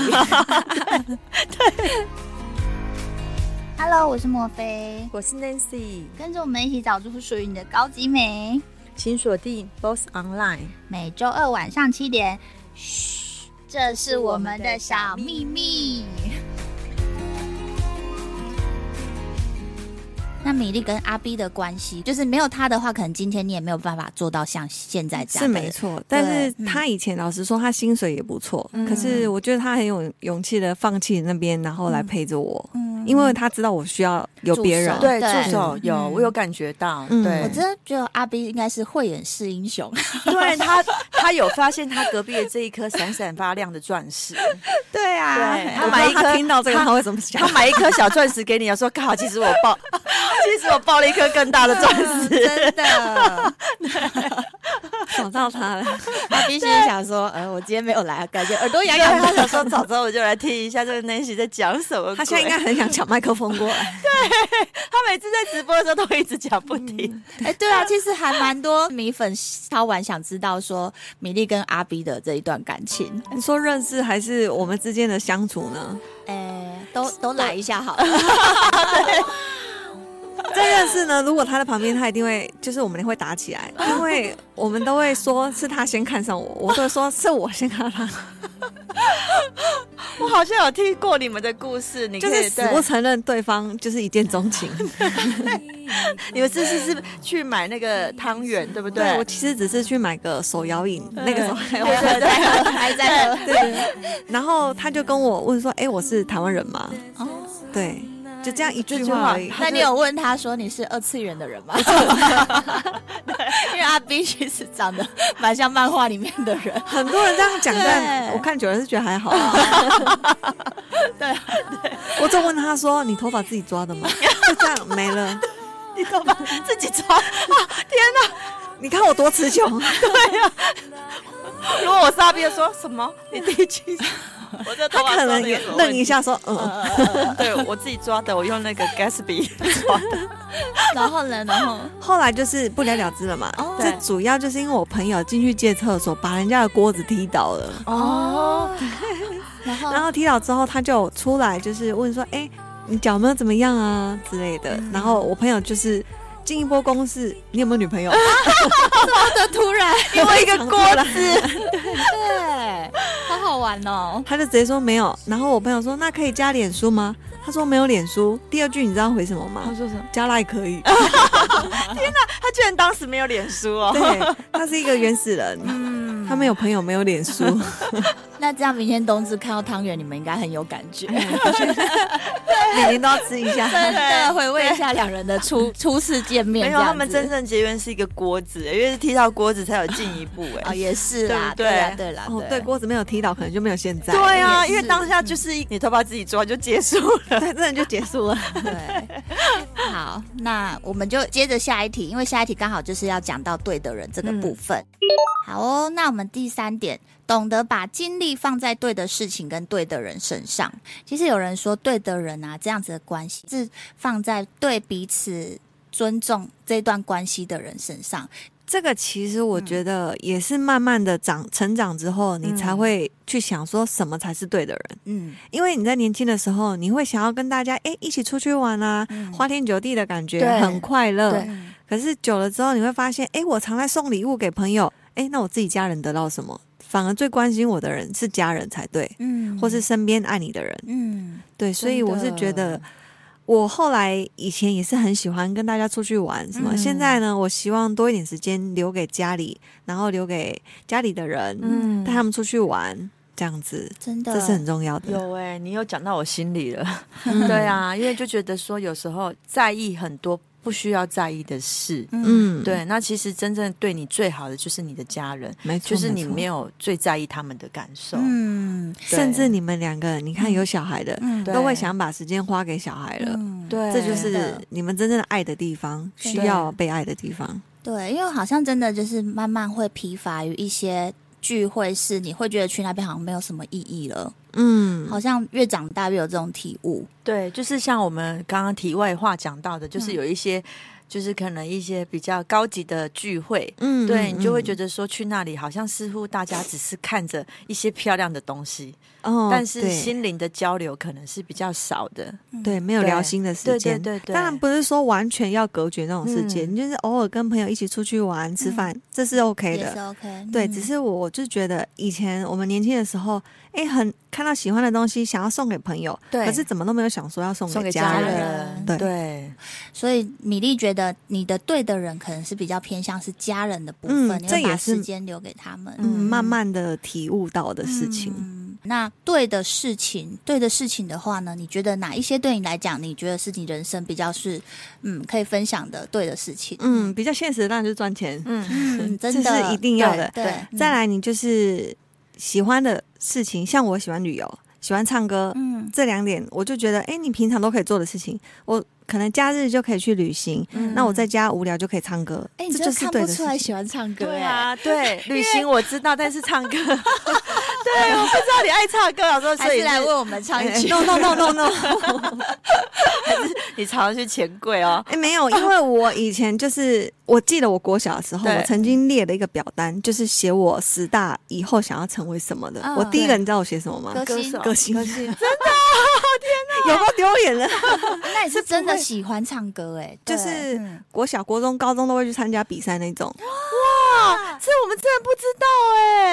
Speaker 1: Hello，我是莫菲，
Speaker 2: 我是 Nancy，
Speaker 1: 跟着我们一起找出属于你的高级美。
Speaker 2: 请锁定 Boss Online。
Speaker 1: 每周二晚上七点，嘘，这是我们的小秘密。那米粒跟阿 B 的关系，就是没有他的话，可能今天你也没有办法做到像现在这
Speaker 3: 是
Speaker 1: 样的
Speaker 3: 没错，但是
Speaker 1: 嗯
Speaker 3: 他以前老实说，他薪水也不错，
Speaker 2: 嗯
Speaker 3: 可是我觉得他很有勇气的放弃那边，然后来陪着我，因为他知道我需要有别人
Speaker 1: 助手。
Speaker 2: 对，
Speaker 1: 对
Speaker 2: 助手有，
Speaker 1: 嗯
Speaker 2: 我有感觉到，
Speaker 3: 嗯
Speaker 1: 我
Speaker 2: 对，
Speaker 1: 真的觉得阿 B 应该是慧眼识英雄， (laughs)
Speaker 2: 对他，他有发现他隔壁的这一颗闪闪发亮的钻石，
Speaker 3: 对啊
Speaker 2: 对
Speaker 3: 他买一
Speaker 2: 我不知道
Speaker 3: 颗
Speaker 2: 他
Speaker 3: 听到这个
Speaker 2: 他
Speaker 3: 他会怎么想
Speaker 2: 他？买一颗小钻石给你，他说：“靠，其实我抱， (laughs) 其实我抱了一颗更大的钻石。
Speaker 1: (laughs) 真 (laughs) 的。
Speaker 3: 想到 (laughs) 他了，
Speaker 1: 阿 B 心里想说，呃，我今天没有来，感觉呃耳朵”痒
Speaker 2: 然
Speaker 1: 痒
Speaker 2: 后他
Speaker 1: 的。
Speaker 2: 想说：“早知道我就来听一下这个 Nancy 在讲什么。”
Speaker 3: (laughs) 他现在应该，很想抢麦克风过 (laughs) 来。
Speaker 2: 他每次在直播的时候都一直讲不停。
Speaker 1: 哎，对啊，其实还蛮多米粉超完想知道说米粒跟阿 B 的这一段感情，
Speaker 3: 你说认识还是我们之间的相处呢？
Speaker 1: 哎，都都来一下好 (laughs) 了。
Speaker 3: 在认识呢，如果他在旁边，他一定会就是我们会打起来，因为我们都会说是他先看上我，我都会说是我先看上他，
Speaker 2: 我好像有听过你们的故事，你可
Speaker 3: 就
Speaker 2: 以
Speaker 3: 是死
Speaker 2: 对
Speaker 3: 不承认对方就是一见
Speaker 2: (laughs)
Speaker 3: 钟情。
Speaker 2: 你们这次是去买那个汤圆，对不对？
Speaker 3: 我其实只是去买个手摇饮，那个时候还有
Speaker 1: 还在喝， (laughs) 还在喝。
Speaker 3: 对对对，然后他就跟我问说：“哎、我是台湾人吗
Speaker 1: 哦，？”
Speaker 3: 对，就这样一句
Speaker 2: 句
Speaker 3: 话
Speaker 2: 话
Speaker 3: 而已。
Speaker 1: 那你有问他说你是二次元的人吗？ (laughs) 因为阿 B 其实长得蛮像漫画里面的 (laughs) 人。
Speaker 3: 很多人这样
Speaker 2: (laughs)
Speaker 3: 讲，
Speaker 1: 对
Speaker 3: 但我看久了是觉得还好、啊。
Speaker 1: 对
Speaker 2: 啊
Speaker 3: 我就问他说：“你头发自己抓的吗？” (laughs) 就这样没了。
Speaker 2: 你头发 (laughs) 自己抓。
Speaker 3: 你看我多词穷，
Speaker 2: 如果我是阿 B，就说什么？你第一 (laughs) 句，我这
Speaker 3: 他
Speaker 2: 头发
Speaker 3: 可
Speaker 2: 抓
Speaker 3: 能
Speaker 2: 得
Speaker 3: 也
Speaker 2: 有什么问
Speaker 3: 愣
Speaker 2: 题
Speaker 3: 一下说：“嗯。
Speaker 2: (laughs) 对我自己抓的，我用那个 Gatsby 抓的。
Speaker 1: 然后呢？然后”
Speaker 3: 后来就是不了了之了嘛
Speaker 1: 哦。
Speaker 3: 这
Speaker 2: 对
Speaker 3: 主要就是因为我朋友进去借厕所，把人家的锅子踢倒了。
Speaker 1: 哦，然后
Speaker 3: 然后踢倒之后，他就出来就是问说：“哎、你脚有没有怎么样啊之类的？”然后我朋友就是进一波攻势，你有没有女朋友？
Speaker 1: 的 (laughs) 突然，
Speaker 3: 因为一个锅子，
Speaker 1: 对，好好玩哦。
Speaker 3: 他就直接说没有。然后我朋友说：“那可以加脸书吗？”他说：“没有脸书。”第二句你知道回什么吗？
Speaker 2: 说什么？
Speaker 3: 加赖可以。
Speaker 2: 他居然当时没有脸书哦。
Speaker 3: 对，他是一个原始人，他没有朋友，没有脸书。
Speaker 1: 那这样明天冬至看到汤圆，你们应该很有感觉，
Speaker 2: 嗯
Speaker 1: (laughs)
Speaker 3: 每年都要吃一下。
Speaker 1: 真的回味一下两人的
Speaker 2: (laughs)
Speaker 1: 初初次见面
Speaker 2: 没
Speaker 1: 这样
Speaker 2: 有，
Speaker 1: 子。
Speaker 2: 他们真正结缘是一个锅子，因为是踢到锅子才有进一步
Speaker 1: 啊
Speaker 2: 哎。
Speaker 1: 也是啦，
Speaker 2: 对不对
Speaker 1: 啦，对啦，
Speaker 3: 哦，对，锅子没有踢倒，可能就没有现在。
Speaker 2: 对啊，
Speaker 1: 也是
Speaker 2: 因为当下就是一你头发自己抓就结束了。
Speaker 3: 对，那就结
Speaker 2: (laughs)
Speaker 3: 束了。
Speaker 1: 对，好，那我们就接着下一题，因为下一题刚好就是要讲到对的人这
Speaker 2: 嗯
Speaker 1: 个部分。好哦，那我们第三点，懂得把精力放在对的事情跟对的人身上。其实有人说，对的人啊，这样子的关系是放在对彼此尊重这段关系的人身上。
Speaker 3: 这个其实我
Speaker 1: 嗯
Speaker 3: 觉得也是慢慢的长成长之后，你才会去想说什么才是对的人。
Speaker 1: 嗯，
Speaker 3: 因为你在年轻的时候，你会想要跟大家哎一起出去玩啊，花天酒地的感觉
Speaker 1: 嗯对
Speaker 3: 很快
Speaker 2: 嗯
Speaker 3: 乐
Speaker 1: 对。
Speaker 3: 可是久了之后，你会发现，哎，我常在送礼物给朋友，哎，那我自己家人得到什么？反而最关心我的人是家人才对，
Speaker 1: 嗯
Speaker 3: 或是身边爱你的人。
Speaker 1: 嗯，
Speaker 3: 对，所以我是觉得，我后来以前也是很喜欢跟大家出去玩，什么、
Speaker 1: 嗯
Speaker 3: 现在呢，我希望多一点时间留给家里，然后留给家里的人，
Speaker 2: 嗯
Speaker 3: 带他们出去玩，这样子，
Speaker 1: 真的，
Speaker 3: 这是很重要的。
Speaker 2: 有哎、你有讲到我心里了。
Speaker 3: 嗯
Speaker 2: 对，啊，因为就觉得说有时候在意很多不需要在意的事。
Speaker 1: 嗯
Speaker 3: 嗯，，
Speaker 2: 对，那其实真正对你最好的就是你的家人，
Speaker 3: 没错，
Speaker 2: 就是你没
Speaker 3: 有，
Speaker 2: 有最在意他们的感受。
Speaker 1: 嗯
Speaker 2: 对
Speaker 3: 甚至你们两个，你看有小孩的，
Speaker 1: 嗯，
Speaker 2: 对
Speaker 3: 都会想把时间花给小孩了。
Speaker 1: 嗯
Speaker 2: 对，
Speaker 3: 这就
Speaker 1: 真
Speaker 3: 是
Speaker 1: 的
Speaker 3: 你们真正的爱的地方，
Speaker 1: 真
Speaker 3: 需
Speaker 1: 的
Speaker 3: 要被爱的地方。
Speaker 1: 对，因为好像真的就是慢慢会疲乏于一些聚会是你会觉得去那边好像没有什么意义了，
Speaker 3: 嗯，
Speaker 1: 好像越长大越有这种体悟。
Speaker 2: 对，就是像我们刚刚题外话讲到的，就是有一些就是可能一些比较高级的聚会，
Speaker 3: 嗯
Speaker 2: 对你就会觉
Speaker 3: 得，
Speaker 2: 得说去那里好像似乎大家只是看着一些漂亮的东西，
Speaker 3: 哦
Speaker 2: 但是
Speaker 3: 对
Speaker 2: 心灵的交流可能是比较少的。
Speaker 3: 对没有
Speaker 2: 嗯对
Speaker 3: 聊心的时
Speaker 2: 对
Speaker 3: 间，
Speaker 2: 对对对
Speaker 3: 当然不是说完全要隔绝那种世界，
Speaker 2: 嗯
Speaker 3: 你就是偶尔跟朋友一起出去玩、吃饭，这是 OK
Speaker 1: 也是
Speaker 3: 的。
Speaker 1: OK，
Speaker 3: 对，
Speaker 1: 嗯
Speaker 3: 只是我就觉得以前我们年轻的时候，哎，很看到喜欢的东西，想要送给朋友，
Speaker 2: 对
Speaker 3: 可是怎么都没有想说要送
Speaker 2: 送给
Speaker 3: 家
Speaker 2: 家
Speaker 1: 人
Speaker 2: 人，
Speaker 3: 对
Speaker 2: 对
Speaker 1: 所以米粒觉得你的对的人可能是比较偏向是家人的部分，
Speaker 3: 嗯
Speaker 1: 你
Speaker 3: 这
Speaker 1: 会
Speaker 3: 也
Speaker 1: 把
Speaker 3: 是
Speaker 1: 时间留给他们
Speaker 3: 嗯，慢慢的体悟到的事情。
Speaker 1: 嗯那对的事情，对的事情的话呢，你觉得哪一些对你来讲，你觉得是你人生比较是嗯可以分享的对的事情？
Speaker 3: 嗯，比较现实的当然就是赚钱，
Speaker 2: 嗯，
Speaker 1: 嗯，真
Speaker 3: 这
Speaker 1: 的
Speaker 3: 是一定要的
Speaker 1: 对，
Speaker 2: 对
Speaker 1: 对
Speaker 3: 再，来你就是喜欢的事情，像我喜欢旅游，喜欢唱歌，
Speaker 1: 嗯
Speaker 3: 这两点我就觉得，哎、你平常都可以做的事情，我可能假日就可以去旅行，
Speaker 1: 嗯
Speaker 3: 那我在家无聊就可以唱歌，
Speaker 1: 哎，你真
Speaker 3: 这就
Speaker 1: 的
Speaker 3: 是
Speaker 1: 看
Speaker 3: 对
Speaker 1: 不
Speaker 3: 的
Speaker 1: 出
Speaker 3: 事
Speaker 1: 来
Speaker 3: 情。
Speaker 1: 喜欢唱歌，
Speaker 2: 对
Speaker 1: 哎，
Speaker 2: 啊，对，旅行我知道，但是唱歌，对，我不知道你爱唱歌，啊我说
Speaker 1: 哎还
Speaker 2: 所以
Speaker 1: 是哎
Speaker 2: 是
Speaker 1: 来为我们唱一曲。
Speaker 3: no
Speaker 1: (laughs)
Speaker 3: no no no no！
Speaker 2: 你常常去钱柜哦，
Speaker 3: 哎、没有，因为我以前就是，我记得我国小的时候，
Speaker 2: 对
Speaker 3: 我曾经列了一个表单，就是写我十大以后想要成为什么的。
Speaker 1: 嗯
Speaker 3: 我第一个，你知道我写什么吗？
Speaker 1: 歌星
Speaker 2: 手啊
Speaker 3: 歌星
Speaker 2: 歌
Speaker 3: (laughs)
Speaker 2: 星，
Speaker 3: 有够丢脸 (laughs) 的。
Speaker 1: 那你是真的喜欢唱歌哎，对
Speaker 3: 就是
Speaker 1: 嗯
Speaker 3: 国小、国中、高中都会去参加比赛那种，
Speaker 2: 这我们真的不知道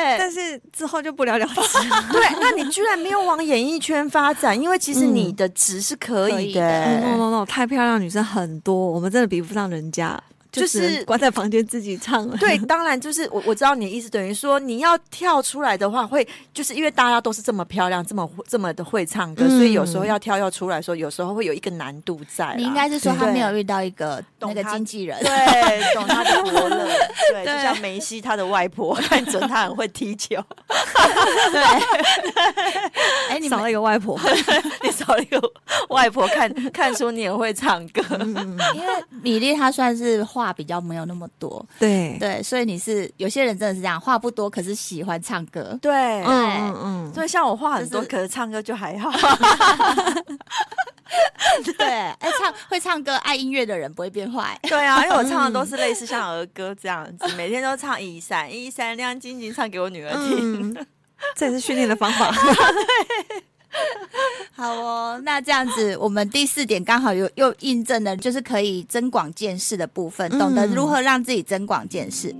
Speaker 2: 哎、
Speaker 3: 但是之后就不了了之。
Speaker 2: 对，那你居然没有往演艺圈发展，因为其实你的值是可以的、
Speaker 1: 嗯
Speaker 3: no no no，太漂亮的女生很多，我们真的比不上人家，
Speaker 2: 就
Speaker 3: 只能
Speaker 2: 是
Speaker 3: 关在房间自己唱 (laughs) 了。
Speaker 2: 对，当然就是我我知道你的意思，等于说你要跳出来的话，会就是因为大家都是这么漂亮，这么这么的会唱歌，
Speaker 3: 嗯
Speaker 2: 所以有时候要跳要出来说，有时候会有一个难度在啊啦。
Speaker 1: 你应该是说他
Speaker 2: 对
Speaker 1: 没有遇到一个那
Speaker 2: 懂
Speaker 1: 个
Speaker 2: 他
Speaker 1: 经纪人，
Speaker 2: (laughs) 对懂他的伯乐，对，
Speaker 3: 对
Speaker 2: 就像梅西他的外婆，看准他很会踢球，
Speaker 1: 哎，你
Speaker 3: 少
Speaker 1: 们
Speaker 3: 了一个外婆，
Speaker 2: 你找了一个外婆看看出你很会唱歌，
Speaker 1: 因为米粒她算是话比较没有那么多，
Speaker 3: 对，
Speaker 1: 对，所以你是有些人真的是这样，话不多，可是喜欢唱歌。
Speaker 2: 对
Speaker 3: 嗯嗯嗯，
Speaker 2: 所以像我话很多，
Speaker 1: 就是
Speaker 2: 可是唱歌就还好。 (laughs)
Speaker 3: (laughs)
Speaker 1: 对，哎、唱会唱歌、爱音乐的人不会变坏。
Speaker 2: 对啊，因为我唱的都是类似像儿歌这样子，每天都唱《一闪一闪亮晶晶》，唱给我女儿听。
Speaker 3: 嗯，这也是训练的方法。
Speaker 2: (laughs)
Speaker 1: 好哦， (laughs) 那这样子，我们第四点刚好又又印证了，就是可以增广见识的部分，懂得
Speaker 3: 嗯
Speaker 1: 如何让自己增广见识。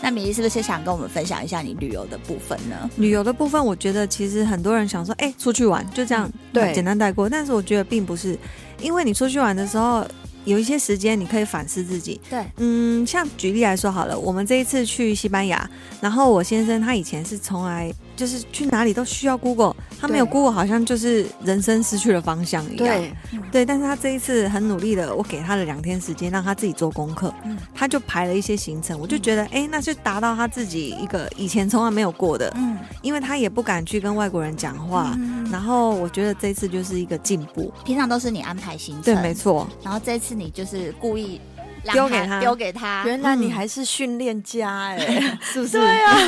Speaker 1: 那米莉是不是想跟我们分享一下你旅游的部分呢？
Speaker 3: 旅游的部分，我觉得其实很多人想说，哎、出去玩就这样，
Speaker 2: 对
Speaker 3: 简单带过。但是我觉得并不是，因为你出去玩的时候，有一些时间你可以反思自己。
Speaker 1: 对，
Speaker 3: 嗯，像举例来说好了，我们这一次去西班牙，然后我先生他以前是从来就是去哪里都需要 Google，他没有
Speaker 2: 对
Speaker 3: Google 好像就是人生失去了方向一样。
Speaker 2: 对，
Speaker 3: 对，但是他这一次很努力的，我给他了两天时间，让他自己做功课，
Speaker 1: 嗯
Speaker 3: 他就排了一些行程，我就觉得，哎、那就达到他自己一个以前从来没有过的，
Speaker 1: 嗯，
Speaker 3: 因为他也不敢去跟外国人讲话。
Speaker 1: 嗯
Speaker 3: 然后我觉得这次就是一个进步，
Speaker 1: 平常都是你安排行程，
Speaker 3: 对，没错，
Speaker 1: 然后这次你就是故意让
Speaker 3: 丢给他
Speaker 1: 丢给他，
Speaker 2: 原来你还是训练家哎、
Speaker 3: 是不是？对啊，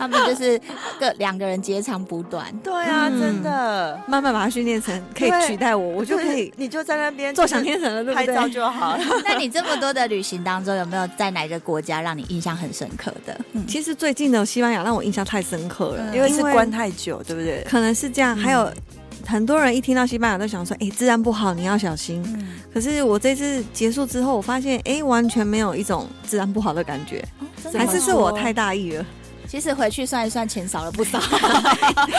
Speaker 1: 他们就是各两个人截长补短。
Speaker 2: (laughs) 对啊，
Speaker 3: 嗯
Speaker 2: 真的
Speaker 3: 慢慢把他训练成可以
Speaker 2: 对
Speaker 3: 取代我，我就可以
Speaker 2: 你就在那边
Speaker 3: 坐享天成了，对
Speaker 2: 拍
Speaker 3: 不
Speaker 2: 照
Speaker 3: 对？
Speaker 2: 就好了。
Speaker 1: (laughs) 那你这么多的旅行当中，有没有在哪个国家让你印象很深刻的？嗯，
Speaker 3: 其实最近的西班牙让我印象太深刻
Speaker 1: 嗯
Speaker 2: (laughs)
Speaker 3: 了，
Speaker 2: 因为是关，太久，对不 (laughs) 对？
Speaker 3: 可能是这样。还有很多人一听到西班牙都想说，哎，治安不好，你要小心。
Speaker 1: 嗯
Speaker 3: 可是我这次结束之后，我发现，哎，完全没有一种治安不好的感觉，
Speaker 1: 哦真的
Speaker 3: 还
Speaker 1: 吗
Speaker 3: 是是我太大意 (laughs) 了，
Speaker 1: 其实回去算一算，钱少了不 (laughs) 少，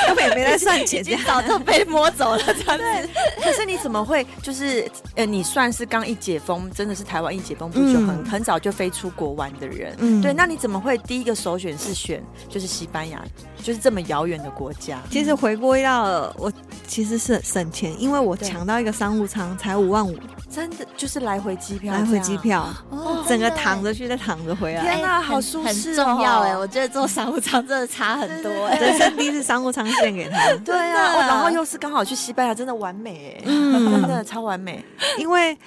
Speaker 3: 根本也没在算钱，这样
Speaker 1: 早就被摸走了。这样子，
Speaker 2: 可是你怎么会就是呃，你算是刚一解封，真的是台湾一解封不久，
Speaker 3: 嗯
Speaker 2: 很很早就飞出国玩的人。
Speaker 3: 嗯
Speaker 2: 对，那你怎么会第一个首选是选就是西班牙，就是这么遥远的国家？
Speaker 3: (laughs) 其实回归到我其实是省钱，因为我
Speaker 2: 对
Speaker 3: 抢到一个商务舱才五万五，
Speaker 2: 真的就是来回机票，啊
Speaker 3: 来回机。票，
Speaker 1: 哦
Speaker 3: 整个躺着去再躺着回来。
Speaker 2: 天哪
Speaker 1: 哎
Speaker 2: 好舒
Speaker 1: 很
Speaker 2: 适
Speaker 1: 很
Speaker 2: 哦
Speaker 1: 重要哎！我觉得做商务舱真的差很多哎。
Speaker 3: 人生第一次商务舱献给他，
Speaker 2: 对
Speaker 1: 真
Speaker 2: 啊，
Speaker 1: 的
Speaker 2: 哦然后又是刚好去西班牙，真的完美哎、
Speaker 3: 嗯
Speaker 2: 真的超完美。
Speaker 3: 因为。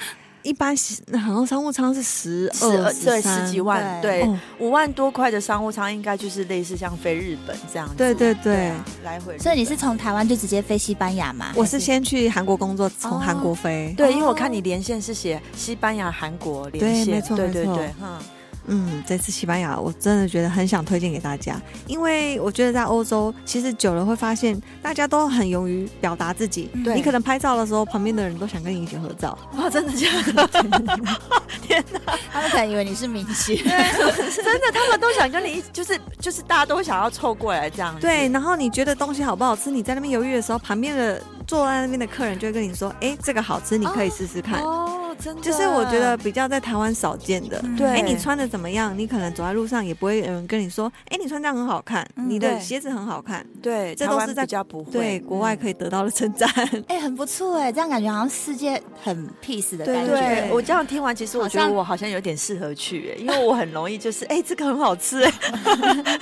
Speaker 3: 一般是好像商务舱是十
Speaker 2: 十
Speaker 3: 二
Speaker 2: 二对十几万，
Speaker 1: 对
Speaker 2: 对
Speaker 3: 哦
Speaker 2: 五万多块的商务舱应该就是类似像飞日本这样子，
Speaker 3: 对对对
Speaker 2: 啊，来回日本。
Speaker 1: 所以你是从台湾就直接飞西班牙嘛？
Speaker 3: 我是先去韩国工作，从韩国
Speaker 1: 哦
Speaker 3: 飞。
Speaker 2: 对，因为我看你连线是写西班牙、韩国连线，
Speaker 3: 对没错
Speaker 2: 对
Speaker 3: 没
Speaker 2: 对
Speaker 3: 错
Speaker 2: 对，嗯，
Speaker 3: 嗯，这次西班牙我真的觉得很想推荐给大家，因为我觉得在欧洲其实久了会发现大家都很勇于表达自己。
Speaker 1: 嗯
Speaker 2: 对哦
Speaker 3: 你可能拍照的时候，旁边的人都想跟你一起合照。
Speaker 2: 哇，真的假
Speaker 3: (laughs)
Speaker 2: 的？
Speaker 1: 他们可能以为你是明星， (laughs)
Speaker 2: 真的，他们都想跟你一，就是就是大家都想要凑过来这样子。
Speaker 3: 对，然后你觉得东西好不好吃，你在那边犹豫的时候，旁边的坐在那边的客人就会跟你说：“哎，这个好吃，你可以试试看。
Speaker 2: 哦，真的，
Speaker 3: 就是我觉得比较在台湾少见的。
Speaker 1: 嗯
Speaker 2: 对
Speaker 3: 哎、你穿的怎么样？你可能走在路上也不会有人跟你说，哎、你穿这样很好看，
Speaker 1: 嗯
Speaker 3: 你
Speaker 2: 对
Speaker 3: 的鞋子很好看。
Speaker 2: 对，
Speaker 3: 这
Speaker 2: 台
Speaker 3: 都
Speaker 2: 湾
Speaker 3: 是在
Speaker 2: 比较不会，
Speaker 3: 对，嗯国外可
Speaker 2: 以。
Speaker 3: 以得到的称赞。
Speaker 1: 哎、很不错哎、这样感觉好像世界很 peace 的感觉。
Speaker 2: 对
Speaker 3: 对
Speaker 2: 我这样听完，其实我觉
Speaker 1: 好
Speaker 2: 得
Speaker 1: 像
Speaker 2: 我好像有点适合去、因为我很容易就是，哎、这个很好吃、哎，
Speaker 3: (laughs)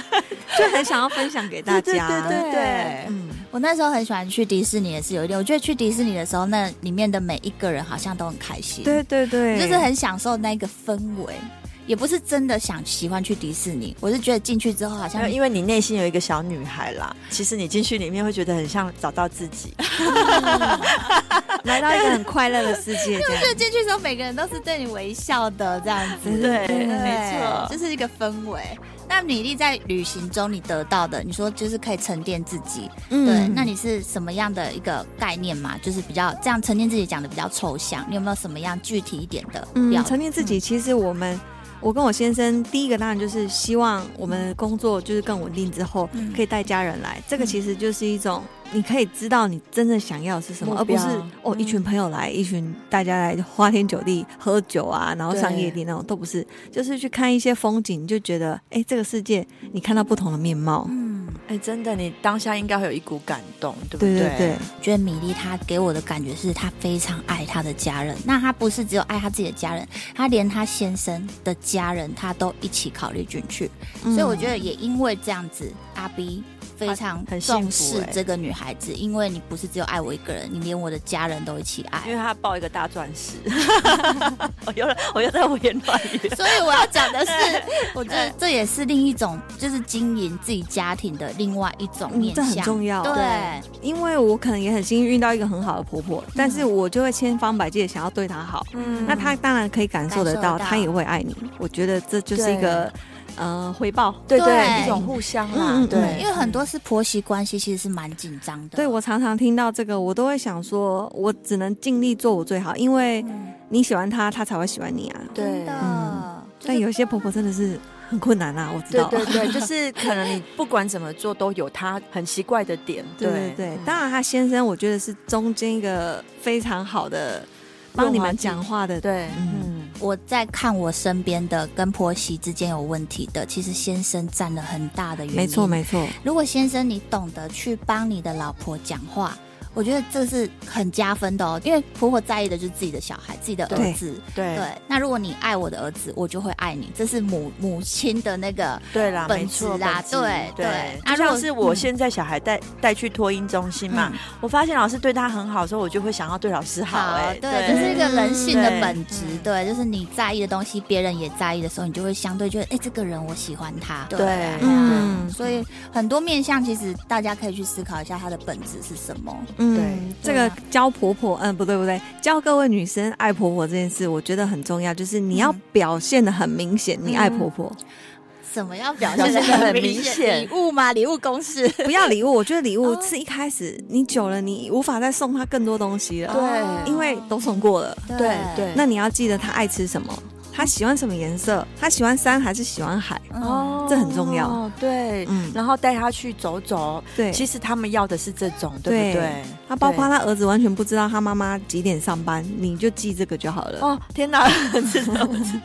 Speaker 3: 就很想要分享给大家。
Speaker 2: 对对对对
Speaker 3: 嗯，
Speaker 1: 我那时候很喜欢去迪士尼，也是有一点，我觉得去迪士尼的时候，那里面的每一个人好像都很开心，
Speaker 3: 对，对对，
Speaker 1: 就是很享受那个氛围。也不是真的想喜欢去迪士尼，我是觉得进去之后好像
Speaker 2: 没有因为你内心有一个小女孩啦，其实你进去里面会觉得很像找到自己， (laughs)
Speaker 3: 来到一个很快乐的世界， (laughs) 这样
Speaker 1: 就进去之后每个人都是对你微笑的这样子，
Speaker 2: 对，
Speaker 1: 对
Speaker 2: 没错，
Speaker 1: 这是一个氛围。那米粒在旅行中你得到的，你说就是可以沉淀自己，
Speaker 2: 嗯
Speaker 1: 对，那你是什么样的一个概念嘛？就是比较这样沉淀自己讲的比较抽象，你有没有什么样具体一点的表
Speaker 3: 嗯，
Speaker 1: 达？
Speaker 3: 沉淀自己，其实我们。我跟我先生第一个当然就是希望我们工作就是更稳定之后
Speaker 1: 嗯
Speaker 3: 可以带家人来，这个其实就是一种你可以知道你真正想要的是什么，
Speaker 2: 目
Speaker 3: 而不
Speaker 2: 标
Speaker 3: 是哦
Speaker 1: 嗯
Speaker 3: 一群朋友来，一群大家来花天酒地喝酒啊，然后上夜店那种都不是，就是去看一些风景，你就觉得哎这个世界你看到不同的面貌，
Speaker 1: 嗯，
Speaker 2: 哎、真的，你当下应该会有一股感动，对不
Speaker 3: 对对
Speaker 2: 对
Speaker 3: 对，
Speaker 1: 觉得米粒她给我的感觉是她非常爱她的家人，那她不是只有爱她自己的家人，她连她先生的家人她都一起考虑进去，
Speaker 3: 嗯
Speaker 2: 嗯
Speaker 1: 所以我觉得也因为这样子，阿 B 非常
Speaker 2: 很幸福
Speaker 1: 重视
Speaker 2: 欸
Speaker 1: 这个女孩子，因为你不是只有爱我一个人，你连我的家人都一起爱
Speaker 2: 因。 (laughs) 为他抱一个大钻石， (laughs) 我又我又在胡言乱语。
Speaker 1: 所以我要讲
Speaker 2: (laughs)
Speaker 1: 的是，我觉
Speaker 2: 嗯
Speaker 1: 得这也是另一种，就是经营自己家庭的另外一种
Speaker 3: 嗯
Speaker 1: 面
Speaker 3: 这很
Speaker 1: 向。
Speaker 3: 重要，
Speaker 1: 对，
Speaker 3: 因为我可能也很幸运遇到一个很好的婆婆，但是我就会千方百计的想要对她好。
Speaker 2: 嗯
Speaker 3: 那她当然可以感受得
Speaker 1: 感
Speaker 3: 到，
Speaker 1: 受到
Speaker 3: 她也会爱你。我觉得这就是一个呃回报。
Speaker 2: 对
Speaker 1: 对
Speaker 2: 对，一种互相啦，
Speaker 3: 嗯嗯嗯
Speaker 2: 对，
Speaker 1: 因为很多是婆媳关系，其实是蛮紧张的。
Speaker 3: 对我常常听到这个，我都会想说，我只能尽力做我最好，因为
Speaker 1: 嗯，
Speaker 3: 你喜欢她，她才会喜欢你啊。
Speaker 1: 真
Speaker 2: 对
Speaker 1: 的。
Speaker 3: 嗯
Speaker 1: 就是
Speaker 3: 但有些婆婆真的是很困难啊，我知
Speaker 2: 对
Speaker 3: 道。
Speaker 2: 对 (laughs) 对，
Speaker 3: (laughs)
Speaker 2: 就是可能你不管怎么做都有他很奇怪的点，
Speaker 3: 对对对
Speaker 2: 嗯，
Speaker 3: 当然她先生，我觉得是中间一个非常好的帮你们讲话的。
Speaker 2: 对，嗯
Speaker 3: 嗯，
Speaker 1: 我在看我身边的跟婆媳之间有问题的，其实先生占了很大的原因。
Speaker 3: 没错没错，
Speaker 1: 如果先生你懂得去帮你的老婆讲话，我觉得这是很加分的哦，因为婆婆在意的就是自己的小孩、自己的儿
Speaker 3: 对
Speaker 1: 子。
Speaker 2: 对
Speaker 1: 对，那如果你爱我的儿子，我就会爱你，这是母母亲的那个
Speaker 2: 对啦，
Speaker 1: 本
Speaker 2: 没错
Speaker 1: 质啦
Speaker 2: 质
Speaker 1: 对对
Speaker 2: 对。
Speaker 1: 啊如
Speaker 2: 就像
Speaker 1: 果
Speaker 2: 是我
Speaker 1: 嗯
Speaker 2: 现在小孩带带去托婴中心嘛，我发现老师对他很好的时候，我就会想要对老师好，哎，
Speaker 1: 对，这是一个人性的
Speaker 2: 嗯
Speaker 1: 本质，对，就是你在意的东西，别人也在意的时候，你就会相对觉得，哎、这个人我喜欢他，
Speaker 2: 对
Speaker 1: 啊
Speaker 3: 嗯
Speaker 1: 所以很多面向，其实大家可以去思考一下它的本质是什么。
Speaker 3: 嗯
Speaker 2: 对，
Speaker 3: 这
Speaker 1: 对
Speaker 3: 个
Speaker 1: 啊
Speaker 3: 教婆婆，嗯，不对不对，教各位女生爱婆婆这件事，我觉得很重要，就是你要
Speaker 1: 嗯
Speaker 3: 表现的很明显，你爱婆婆，
Speaker 1: 什么要表
Speaker 2: 表
Speaker 1: 现
Speaker 2: 现得很
Speaker 1: 明
Speaker 2: 明显
Speaker 1: 礼物吗？礼物公式。
Speaker 3: 不要礼物。我觉得礼
Speaker 1: 哦
Speaker 3: 物是一开始你久了，你无法再送她更多东西了，
Speaker 1: 哦
Speaker 3: 因为都送过了。
Speaker 2: 对
Speaker 1: 嗯
Speaker 2: 对，
Speaker 3: 那你要记得她爱吃什么，她喜欢什么颜色，她喜欢山还是喜欢海？
Speaker 1: 哦，
Speaker 3: 这很重要
Speaker 2: 哦，对，
Speaker 3: 嗯
Speaker 2: 然后带他去走走，
Speaker 3: 对，
Speaker 2: 其
Speaker 3: 其实
Speaker 2: 实他们要的是这种，对不
Speaker 3: 对
Speaker 2: 对？
Speaker 3: 她包括
Speaker 2: 对
Speaker 3: 她儿子完全不知道她妈妈几点上班，你就记这个就好了。
Speaker 2: 哦，天哪，知道我知道。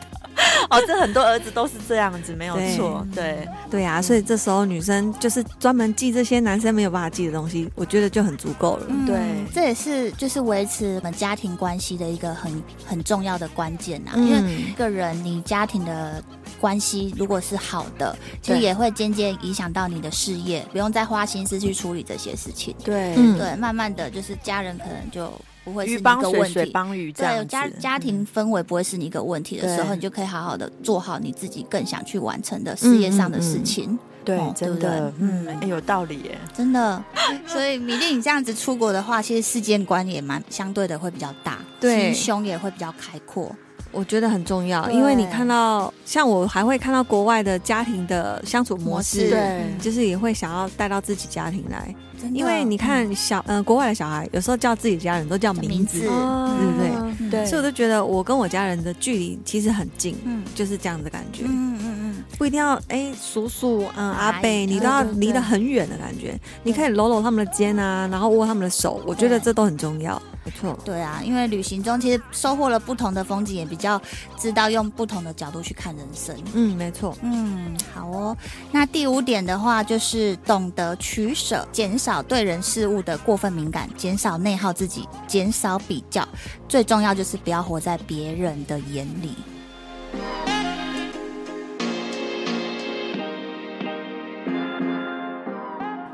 Speaker 2: 哦，这很多儿子都是这样子，没有错，对
Speaker 3: 对
Speaker 1: 嗯
Speaker 3: 啊，所以这时候女生就是专门记这些男生没有办法记的东西，我觉得就很足够了。
Speaker 1: 嗯
Speaker 2: 对
Speaker 1: 这也是就是维持我们家庭关系的一个很很重要的关键呐、因为
Speaker 3: 嗯
Speaker 1: 一个人，你家庭的关系如果是好的，其实
Speaker 2: 对
Speaker 1: 也会渐渐影响到你的事业，不用再花心思去处理这些事情。
Speaker 2: 对，
Speaker 3: 嗯
Speaker 1: 对，慢慢的就是家人可能就不会是
Speaker 2: 鱼
Speaker 1: 一
Speaker 2: 帮
Speaker 1: 个
Speaker 2: 水，
Speaker 1: 问
Speaker 2: 水
Speaker 1: 题。
Speaker 2: 帮鱼这
Speaker 1: 对
Speaker 2: 样
Speaker 1: 家
Speaker 2: 子。嗯
Speaker 1: 家庭氛围不会是你一个问题的时候，
Speaker 2: 对
Speaker 1: 你就可以好好的做好你自己更想去完成的事业上的事情，
Speaker 2: 对
Speaker 1: 哦，对
Speaker 2: 真
Speaker 1: 不对
Speaker 2: 的，嗯，哎有道理耶。
Speaker 1: 真的。嗯 (laughs) 所以米粒，你这样子出国的话，其实世界观也蛮相对的会比较大，
Speaker 3: 对
Speaker 1: 心胸也会比较开阔。
Speaker 3: 我觉得很重要，
Speaker 1: 对
Speaker 3: 因为你看到像我还会看到国外的家庭的相处模
Speaker 1: 模
Speaker 3: 式，
Speaker 1: 是式
Speaker 2: 对
Speaker 1: 嗯
Speaker 3: 就是也会想要带到自己家庭来，
Speaker 1: 真的
Speaker 3: 因为你看小嗯、国外的小孩有时候叫自己家人都叫
Speaker 1: 叫
Speaker 3: 名字，
Speaker 1: 名字
Speaker 2: 哦
Speaker 3: 对
Speaker 1: 嗯
Speaker 2: 对
Speaker 3: 所以我就觉得我跟我家人的距离其实很近，
Speaker 1: 嗯
Speaker 3: 就是这样子的感觉，
Speaker 1: 嗯嗯
Speaker 3: 不一定要哎叔叔嗯
Speaker 1: 阿
Speaker 3: 阿
Speaker 1: 姨
Speaker 3: 贝，你
Speaker 1: 对
Speaker 3: 都要
Speaker 1: 对对
Speaker 3: 离得很远的感觉，你可以搂搂他们的肩啊，然后握他们的手，我觉得
Speaker 1: 对
Speaker 3: 这都很重要，没错，
Speaker 1: 对啊，因为旅行中其实收获了不同的风景，也比较知道用不同的角度去看人生。
Speaker 3: 嗯，没错，
Speaker 1: 嗯，好哦。那第五点的话，就是懂得取舍，减少对人事物的过分敏感，减少内耗自己，减少比较。最重要就是不要活在别人的眼里。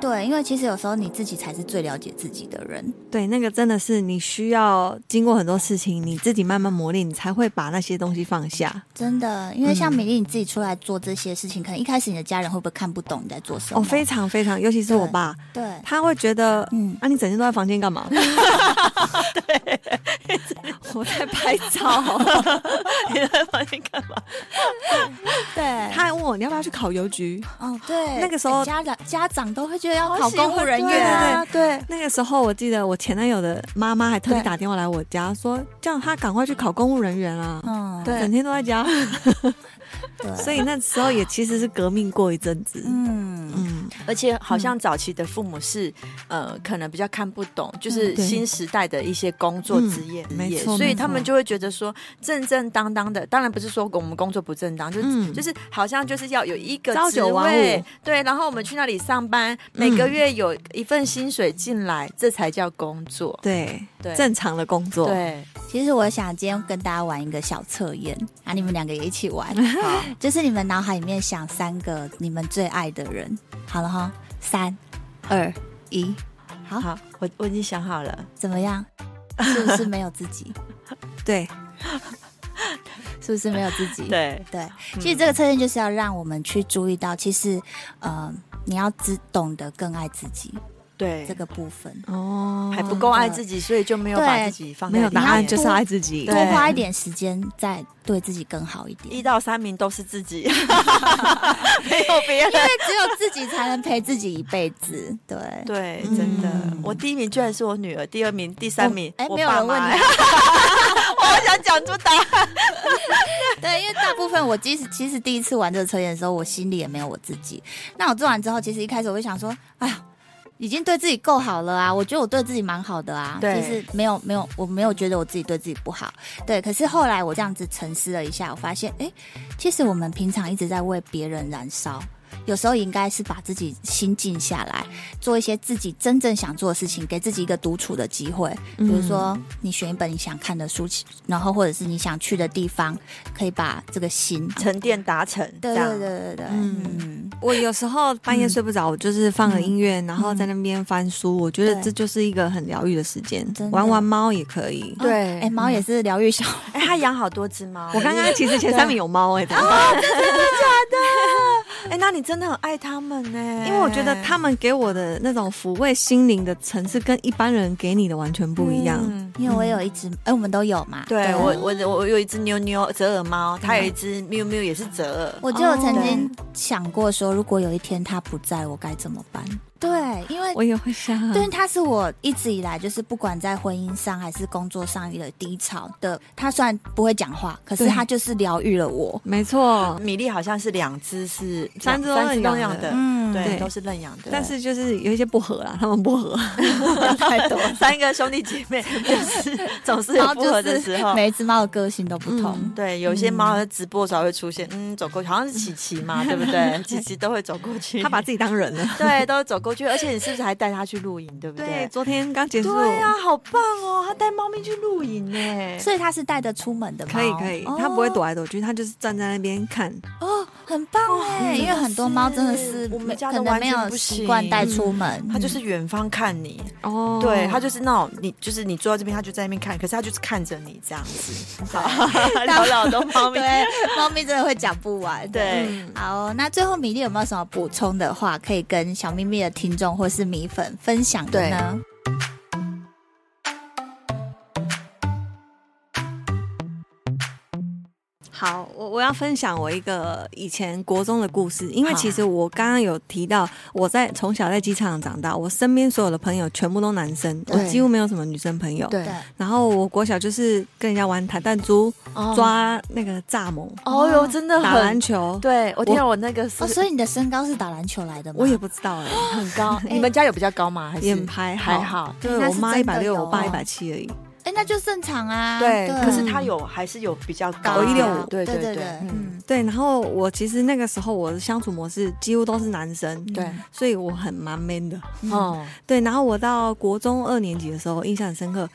Speaker 1: 对，因为其实有时候你自己才是最了解自己的人。
Speaker 3: 对，那个真的是你需要经过很多事情，你自己慢慢磨练，你才会把那些东西放下。
Speaker 1: 真的，因为像
Speaker 3: 嗯
Speaker 1: 美丽你自己出来做这些事情，可能一开始你的家人会不会看不懂你在做什么？
Speaker 3: 哦，非常非常，尤其是我爸，
Speaker 1: 对，
Speaker 3: 他会觉得。
Speaker 1: 嗯，
Speaker 3: 啊！你整天都在房间
Speaker 1: (laughs)
Speaker 3: 干嘛？对， (laughs) 我在拍照。
Speaker 1: (laughs)
Speaker 2: 你在房间干嘛？
Speaker 1: 对，
Speaker 3: 他还问我你要不要去考邮局。
Speaker 1: 哦，对，
Speaker 3: 那个时候
Speaker 1: 家长家长都会觉得要考
Speaker 2: 好喜欢
Speaker 1: 公务人员啊，对
Speaker 3: 那个时候我记得我前男友的妈妈还特地
Speaker 1: 对
Speaker 3: 打电话来我家，说叫他赶快去考公务人员啊，
Speaker 1: 嗯，
Speaker 2: 对
Speaker 3: 整天都
Speaker 1: (laughs)
Speaker 3: 在家。
Speaker 1: 对，
Speaker 3: 所
Speaker 1: 以
Speaker 3: 以那时候也其实是革命过一阵子。
Speaker 1: 嗯，
Speaker 3: 嗯，
Speaker 2: 而且好像早期的父母是，呃，可能比较看不懂，就是
Speaker 3: 嗯对
Speaker 2: 新时代的一些工作
Speaker 3: 嗯
Speaker 2: 职业职
Speaker 3: 没
Speaker 2: 业，
Speaker 3: 错
Speaker 2: 所以
Speaker 3: 没
Speaker 2: 他们
Speaker 3: 错
Speaker 2: 就会觉得说正正当当的。当然不是说我们工作不正当，就、
Speaker 3: 嗯
Speaker 2: 就是好像就是要有一个
Speaker 3: 朝
Speaker 2: 职
Speaker 3: 九晚
Speaker 2: 位
Speaker 3: 五，
Speaker 2: 对，然后我们去那里上班，每个
Speaker 3: 嗯
Speaker 2: 月有一份薪水进来，这才叫工作。
Speaker 3: 对，
Speaker 2: 对，
Speaker 3: 正常的工作。
Speaker 2: 对，
Speaker 1: 其实我想今天跟大家玩一个小测验啊，你们两个也一起
Speaker 3: (laughs)
Speaker 1: 玩，
Speaker 2: 好，
Speaker 1: 就是你们脑海里面想三个你们最爱的人，好了哈，三二一，
Speaker 3: 哦
Speaker 1: 好，
Speaker 3: 啊
Speaker 2: 好，我我已经想好了，
Speaker 1: 怎么样？是不是没有自己？
Speaker 3: 对，
Speaker 1: 是不是没有自己？。
Speaker 2: 对，
Speaker 1: 对，其实
Speaker 2: 嗯
Speaker 1: 这个测验就是要让我们去注意到，其实，呃，你要只懂得更爱自己
Speaker 2: 对
Speaker 1: 这，个部分。
Speaker 3: 哦
Speaker 2: 还不够爱自己，所以就没有把
Speaker 1: 对
Speaker 2: 自己放在
Speaker 3: 没有
Speaker 2: 里
Speaker 3: 答案
Speaker 2: 面
Speaker 3: 就是爱自己
Speaker 2: 对。
Speaker 1: 多花一点时间，再对自己更好一点。
Speaker 2: 一到三名都是自 (laughs) 己，没有别人
Speaker 1: 因。为只有自己才能陪自己一辈子，对。
Speaker 2: (laughs) 对，真的，
Speaker 3: 嗯
Speaker 2: 我第一名居然是我女儿，第二名、第三名，
Speaker 1: 哎
Speaker 2: 我
Speaker 1: 没有
Speaker 2: 爸
Speaker 1: 人问
Speaker 2: 妈
Speaker 1: 你
Speaker 2: 我好想讲出答案。
Speaker 1: (laughs) 对，因为大部分我即使其实第一次玩这个测验的时候，我心里也没有我自己。那我做完之后，其实一开始我就想说，哎呀，已经对自己够好了啊，我觉得我对自己蛮好的啊，
Speaker 2: 对
Speaker 1: 其实没有没有，我没有觉得我自己对自己不好。对，可是后来我这样子沉思了一下，我发现，哎，其实我们平常一直在为别人燃烧。有时候应该是把自己心静下来，做一些自己真正想做的事情，给自己一个独处的机会。比如说，你选一本你想看的书，然后或者是你想去的地方，可以把这个心，
Speaker 2: (laughs) 沉淀达成，
Speaker 1: 对
Speaker 2: 这样
Speaker 1: 对对对对，嗯
Speaker 3: 嗯，我有时候半夜睡不着，我就是放了音乐，然后在那边翻书，我觉得
Speaker 1: 嗯对
Speaker 3: 这就是一个很疗愈的时间
Speaker 1: 真的。
Speaker 3: 玩玩猫也可以。
Speaker 2: 对
Speaker 1: 哎，猫也是疗愈小孩，
Speaker 2: 哎，她养好多只猫，
Speaker 3: 我刚刚其实前三名有
Speaker 1: (laughs)
Speaker 3: 猫哎、
Speaker 2: (laughs) 哎，那你真的很爱它们呢，
Speaker 3: 因为我觉
Speaker 2: 哎
Speaker 3: 得他们给我的那种抚慰心灵的层次，跟一般人给你的完全不一样。
Speaker 2: 嗯
Speaker 1: 因为我有一只，哎，我们都有嘛，
Speaker 2: 对
Speaker 1: 对
Speaker 2: 我，我我我有一只妞妞折耳猫，它有一只喵喵也是折耳，
Speaker 1: 我就有曾经想过说，如果有一天它不在我该怎么办？对，因为
Speaker 3: 我也会想，
Speaker 1: 对，他是我一直以来就是不管在婚姻上还是工作上的低潮的，他虽然不会讲话，可是
Speaker 3: 对
Speaker 1: 他就是疗愈了我。
Speaker 3: 没错。
Speaker 2: 米粒好像是两只是
Speaker 3: 三只都
Speaker 2: 三
Speaker 3: 认养
Speaker 2: 认养
Speaker 3: 的
Speaker 2: 的，
Speaker 1: 嗯，
Speaker 2: 对，
Speaker 3: 对
Speaker 2: 都是认养的，
Speaker 3: 但是就是有一些不合啦，他们不合，
Speaker 1: (laughs)
Speaker 2: 太多， (laughs) 三个兄弟姐妹 (laughs) 就是总是有
Speaker 1: 猫
Speaker 2: 不
Speaker 1: 就
Speaker 2: 合的时
Speaker 1: 是
Speaker 2: 候。嗯
Speaker 1: 每一只猫的个性都不同。
Speaker 2: 对，有一些猫在直播的时候会出现，嗯，走过去，好像是琪琪 (laughs) 嘛，对不对？琪琪都会走过去，
Speaker 3: 他把自己当人了。
Speaker 2: 对都走过去，而且你是不是还带它去露营， (laughs) 对不
Speaker 3: 对，
Speaker 2: 对？
Speaker 3: 昨天刚结束，
Speaker 2: 对啊，好棒哦！他带猫咪去露营呢，
Speaker 1: 所以他是带着出门的猫，
Speaker 3: 可以可以，
Speaker 1: 哦
Speaker 3: 他不会躲来躲去，他就是站在那边看。
Speaker 1: 哦，很棒哎、因为很多猫真的
Speaker 2: 是
Speaker 1: 是
Speaker 2: 我们
Speaker 1: 没
Speaker 2: 家
Speaker 1: 可
Speaker 2: 的
Speaker 1: 能
Speaker 2: 完
Speaker 1: 没
Speaker 2: 全
Speaker 1: 有
Speaker 2: 不
Speaker 1: 习惯带
Speaker 2: 行嗯
Speaker 1: 出门，
Speaker 2: 它就是远方看你，
Speaker 3: 哦
Speaker 2: 对，它就是那种你就是你坐在这边，它就在那边看，可是它就是看着你这样子。好， (laughs) 聊聊都猫咪。
Speaker 1: 对， (laughs) 猫咪真的会讲不完。
Speaker 2: 对
Speaker 1: 嗯好哦、那最后米粒有没有什么补充的话，可以跟小咪咪的听众或是米粉分享的呢？
Speaker 3: 好，我我要分享我一个以前国中的故事，因为
Speaker 1: 好啊
Speaker 3: 其实我刚刚有提到，我在从小在机场长大，我身边所有的朋友全部都男生，我
Speaker 2: 对
Speaker 3: 几乎没有什么女生朋友。
Speaker 1: 哦
Speaker 2: 对
Speaker 3: 然后我国小就是跟人家玩弹弹珠、
Speaker 2: 哦
Speaker 3: 抓那个蚱蜢、
Speaker 2: 哦哟，真的
Speaker 3: 打篮
Speaker 2: 很。
Speaker 3: 球，
Speaker 2: 对，啊我听到我那个是
Speaker 1: 哦，所以你的身高是打篮球来的吗？
Speaker 3: 我也不知道哎、
Speaker 2: (laughs) 很
Speaker 3: (laughs)
Speaker 2: 高。你们家有比较高吗？还
Speaker 3: 也
Speaker 2: 是
Speaker 3: 还
Speaker 2: 还好？
Speaker 1: 哎
Speaker 3: 对
Speaker 1: 那
Speaker 3: 我
Speaker 1: 是
Speaker 3: 妈一
Speaker 1: 真
Speaker 3: 百
Speaker 1: 的
Speaker 3: 六，
Speaker 1: 有
Speaker 3: 我爸一
Speaker 1: 哦
Speaker 3: 百七而已。
Speaker 1: 哎、那就正常啊。
Speaker 2: 对，可是
Speaker 1: 啊
Speaker 2: 它有还是有比较
Speaker 1: 高
Speaker 2: 高
Speaker 1: 啊
Speaker 3: 一165
Speaker 2: 对
Speaker 1: 对
Speaker 2: 对
Speaker 1: 对，
Speaker 2: 嗯，
Speaker 1: 嗯，
Speaker 3: 对，然后我其实那个时候我的相处模式几乎都是男生，
Speaker 2: 对，
Speaker 3: 所以我很蛮 man 的。
Speaker 1: 嗯
Speaker 2: 哦，
Speaker 3: 对，然后我到国中二年级的时候，印象很深刻。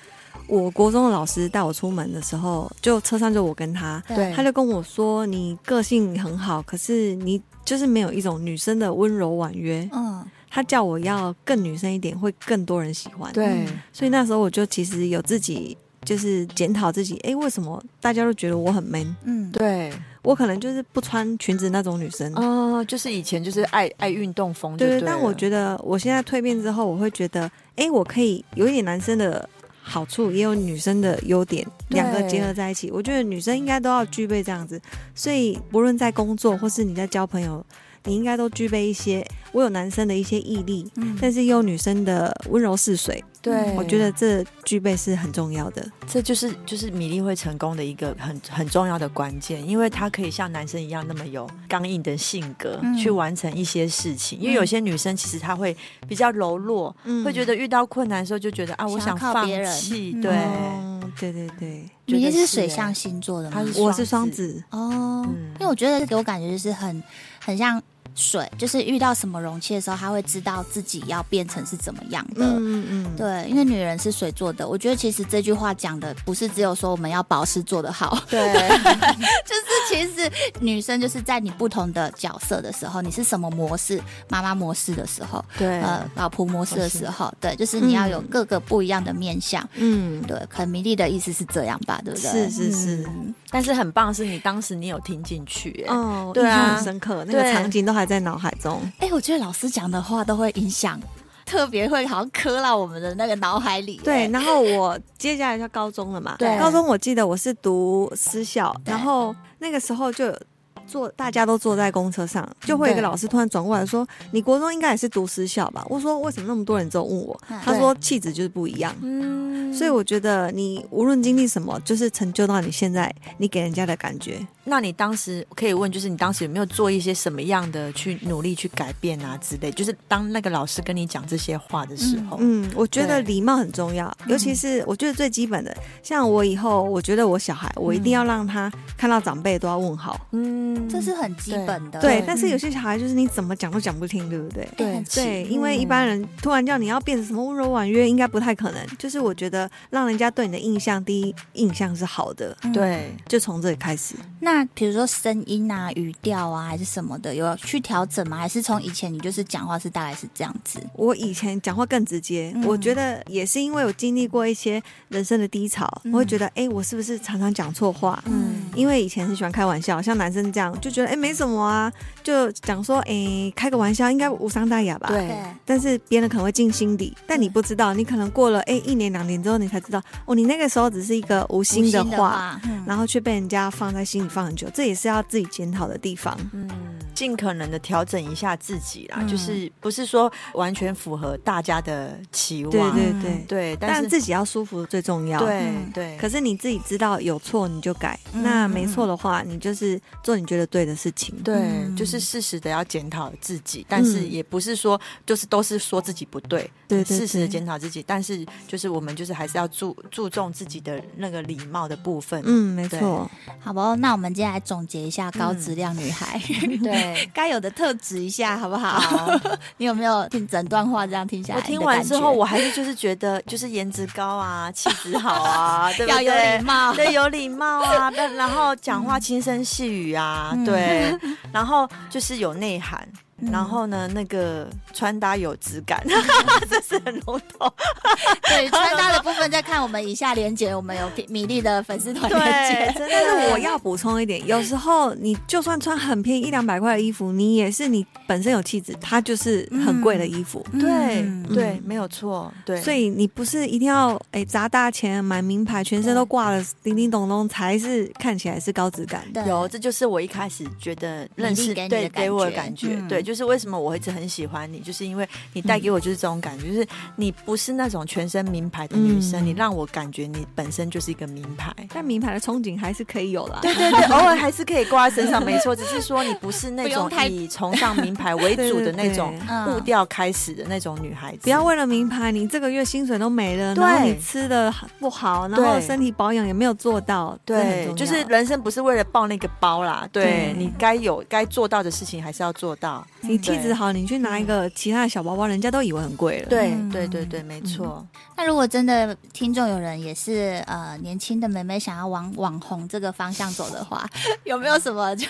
Speaker 3: 我国中的老师带我出门的时候，就车上就我跟他，
Speaker 1: 嗯
Speaker 2: 对，
Speaker 3: 他就跟我说：“你个性很好，可是你就是没有一种女生的温柔婉约。
Speaker 1: 嗯，”
Speaker 3: 他叫我要更女生一点，会更多人喜欢。，
Speaker 2: 对
Speaker 1: 嗯
Speaker 3: 所以那时候我就其实有自己就是检讨自己，诶，为什么大家都觉得我很 man？
Speaker 1: 嗯，
Speaker 2: 对，
Speaker 3: 我可能就是不穿裙子那种女生。
Speaker 2: 哦，就是以前就是爱爱运动风就
Speaker 3: 对
Speaker 2: 对
Speaker 3: 对，
Speaker 2: 了，
Speaker 3: 但我觉得我现在蜕变之后，我会觉得，哎，我可以有一点男生的好处，也有女生的优点，
Speaker 2: 对
Speaker 3: 两个结合在一起，我觉得女生应该都要具备这样子。所以，不论在工作或是你在交朋友，你应该都具备一些，我有男生的一些毅力，
Speaker 1: 嗯
Speaker 3: 但是也有女生的温柔似水。
Speaker 2: 对，
Speaker 3: 嗯我觉得这具备是很重要的。
Speaker 2: 这就是就是米粒会成功的一个很很重要的关键，因为她可以像男生一样那么有刚硬的性格、
Speaker 1: 嗯
Speaker 2: 去完成一些事情，因为有些女生其实她会比较柔弱，
Speaker 3: 嗯
Speaker 2: 会觉得遇到困难的时候就觉得啊，我
Speaker 1: 想要
Speaker 2: 想
Speaker 1: 靠
Speaker 2: 放
Speaker 1: 别人
Speaker 2: 弃，
Speaker 1: 嗯
Speaker 2: 对，
Speaker 3: 哦对对对，
Speaker 1: 米粒
Speaker 2: 觉
Speaker 1: 是
Speaker 2: 得
Speaker 1: 水
Speaker 2: 欸
Speaker 1: 象星座的吗
Speaker 2: 它？是
Speaker 3: 我是双子，
Speaker 1: 哦，
Speaker 2: 嗯
Speaker 1: 因为我觉得给我感觉就是很很像水，就是遇到什么容器的时候，他会知道自己要变成是怎么样的。
Speaker 3: 嗯嗯，
Speaker 1: 对，因为女人是水做的，我觉得其实这句话讲的不是只有说我们要保湿做得好， (laughs)
Speaker 2: 对
Speaker 1: 就是其实女生就是在你不同的角色的时候，你是什么模式，妈妈模式的时候，
Speaker 2: 对，
Speaker 1: 呃，老婆模式的时候，对，就是你要有
Speaker 3: 嗯
Speaker 1: 各个不一样的面相。
Speaker 3: 嗯，
Speaker 1: 对，可能米莉的意思是这样吧，对不对？
Speaker 3: 是是是。
Speaker 1: 嗯
Speaker 2: 但是很棒，是你当时你有听进去，哎
Speaker 3: 哦，
Speaker 2: 对啊
Speaker 3: 印象很深刻，那个
Speaker 2: 对
Speaker 3: 场景都还在脑海中。
Speaker 1: 哎、我觉得老师讲的话都会影响，特别会好像刻到我们的那个脑海里。
Speaker 3: 对，，然后我接下来就高中了嘛。
Speaker 2: 对
Speaker 3: 高中我记得我是读私校，
Speaker 1: 对
Speaker 3: 然后那个时候就有坐，大家都坐在公车上，就会有一个
Speaker 2: 对
Speaker 3: 老师突然转过来说：“你国中应该也是读私校吧？”我说：“为什么那么多人都问我
Speaker 1: 嗯？”
Speaker 3: 他说：“气质就是不一样。”
Speaker 2: 嗯
Speaker 3: 所以我觉得你无论经历什么，就是成就到你现在你给人家的感觉。
Speaker 2: 那你当时可以问，就是你当时有没有做一些什么样的去努力去改变啊之类？就是当那个老师跟你讲这些话的时候，
Speaker 3: 嗯，我觉得
Speaker 2: 对嗯
Speaker 3: 礼貌很重要，尤其是我觉得最基本的，像我以后我觉得我小孩，我一定要让他看到长辈都要问好。
Speaker 2: 嗯，
Speaker 1: 这是很基本的。哎
Speaker 3: 对
Speaker 2: 对，
Speaker 3: 但是有些小孩就是你怎么讲都讲不听，对不对？
Speaker 1: 对
Speaker 2: 对
Speaker 3: 对，
Speaker 1: 是
Speaker 3: 因为一般人突然叫你要变成什么温柔婉约，应该不太可能。就是我觉得让人家对你的印象，第一印象是好的，
Speaker 1: 嗯。
Speaker 2: 对
Speaker 3: 就从这里开始。
Speaker 1: 那比如说声音啊、语调啊，还是什么的，有去调整吗？还是从以前你就是讲话是大概是这样子？
Speaker 3: 我以前讲话更直接，
Speaker 1: 嗯
Speaker 3: 我觉得也是因为我经历过一些人生的低潮，
Speaker 1: 嗯
Speaker 3: 我会觉得，哎、我是不是常常讲错话？
Speaker 1: 嗯
Speaker 3: 因为以前很喜欢开玩笑，像男生这样就觉得哎、诶没什么啊，就讲说哎、诶开个玩笑应该无伤大雅吧。。
Speaker 2: 对，
Speaker 3: 但是别人可能会进心里，但你不知道，你可能过了哎、诶一年两年之后，你才知道哦，你那个时候只是一个无心的
Speaker 1: 无
Speaker 3: 话，
Speaker 1: 的话，嗯
Speaker 3: 然后却被人家放在心里放很久，这也是要自己检讨的地方。
Speaker 2: 嗯，尽可能的调整一下自己啦，
Speaker 1: 嗯
Speaker 2: 就是不是说完全符合大家的期望，
Speaker 3: 对对
Speaker 1: 嗯
Speaker 3: 对，
Speaker 2: 对但
Speaker 3: 但
Speaker 2: 是
Speaker 3: 自己要舒服最重要。
Speaker 2: 对
Speaker 1: 嗯
Speaker 2: 对，
Speaker 3: 可是你自己知道有错你就改，
Speaker 1: 嗯
Speaker 3: 那没错的话，你就是做你觉得对的事情。
Speaker 2: 对，
Speaker 1: 嗯
Speaker 2: 就是适时的要检讨自己，但是也不是说就是都是说自己不对，
Speaker 3: 对对
Speaker 2: 适时
Speaker 3: 对
Speaker 2: 的检讨自己，但是就是我们就是还是要注注重自己的那个礼貌的部分，
Speaker 3: 嗯，没错。
Speaker 1: 好不好？那我们接下来总结一下高质量女孩， (laughs)
Speaker 2: 对对
Speaker 1: 该有的特质一下，好不好？ (laughs) 你有没有听整段话这样听下来？
Speaker 2: (laughs) 我听完之后，我还是就是觉得，就是颜值高啊，气质
Speaker 1: (laughs)
Speaker 2: 好啊，对不
Speaker 1: 要
Speaker 2: 对？
Speaker 1: 有礼貌。
Speaker 2: 对，有礼貌啊，但然后讲话轻声细语啊，
Speaker 1: 嗯 (laughs)
Speaker 2: 对，然后就是有内涵。然后呢，那个穿搭有质
Speaker 1: (laughs)
Speaker 2: 感， (laughs) 这是很笼统。 (laughs)
Speaker 1: 对穿搭的部分，再看我们以下连结，我们有米粒的粉丝团连
Speaker 2: 对
Speaker 1: 结。，
Speaker 2: 真
Speaker 3: 但
Speaker 2: 的
Speaker 3: 是我要补充一点，有时候你就算穿很便宜一两百块的衣服，你也是你本身有气质，它就是很贵的衣服。
Speaker 1: 嗯
Speaker 2: 对对，没有错，对，
Speaker 3: 所以你不是一定要哎砸大钱买名牌，全身都挂了叮叮咚咚，才是看起来是高质感的。
Speaker 1: 对
Speaker 2: 有，这就是我一开始觉得认识
Speaker 1: 给你的
Speaker 2: 对
Speaker 1: 感
Speaker 2: 给我的
Speaker 1: 觉
Speaker 2: 感觉，
Speaker 1: 嗯
Speaker 2: 对，就是为什么我一直很喜欢你，就是因为你带给我就是这种感觉，就是你不是那种全身名牌的女生，
Speaker 3: 嗯
Speaker 2: 你让我感觉你本身就是一个名牌。
Speaker 3: 但名牌的憧憬还是可以有啦。
Speaker 2: 对对 (laughs) 对，偶尔还是可以挂在身上，没错，只是说你不是那
Speaker 1: 不用
Speaker 2: 种
Speaker 1: 太嗯
Speaker 2: 以崇尚名牌为主的那种
Speaker 3: 对
Speaker 1: 对对
Speaker 2: 步调开始的那种女孩子。
Speaker 3: 不要为了名牌，你这个月薪水都没了，然后
Speaker 2: 对
Speaker 3: 你吃的不好，然后
Speaker 2: 对
Speaker 3: 身体保养也没有做到，这很重
Speaker 2: 对，
Speaker 3: 要
Speaker 2: 就是人生不是为了抱那个包啦，对
Speaker 3: 对
Speaker 2: 你该有该做到的事情还是要做到。
Speaker 3: 你气质好，你去拿一个其他的小包包，人家都以为很贵了。
Speaker 2: 嗯对
Speaker 1: 嗯
Speaker 2: 对对对，没错，
Speaker 1: 那如果真的听众有人也是呃年轻的妹妹想要往网红这个方向走的
Speaker 2: (laughs)
Speaker 1: 话，有没有什么就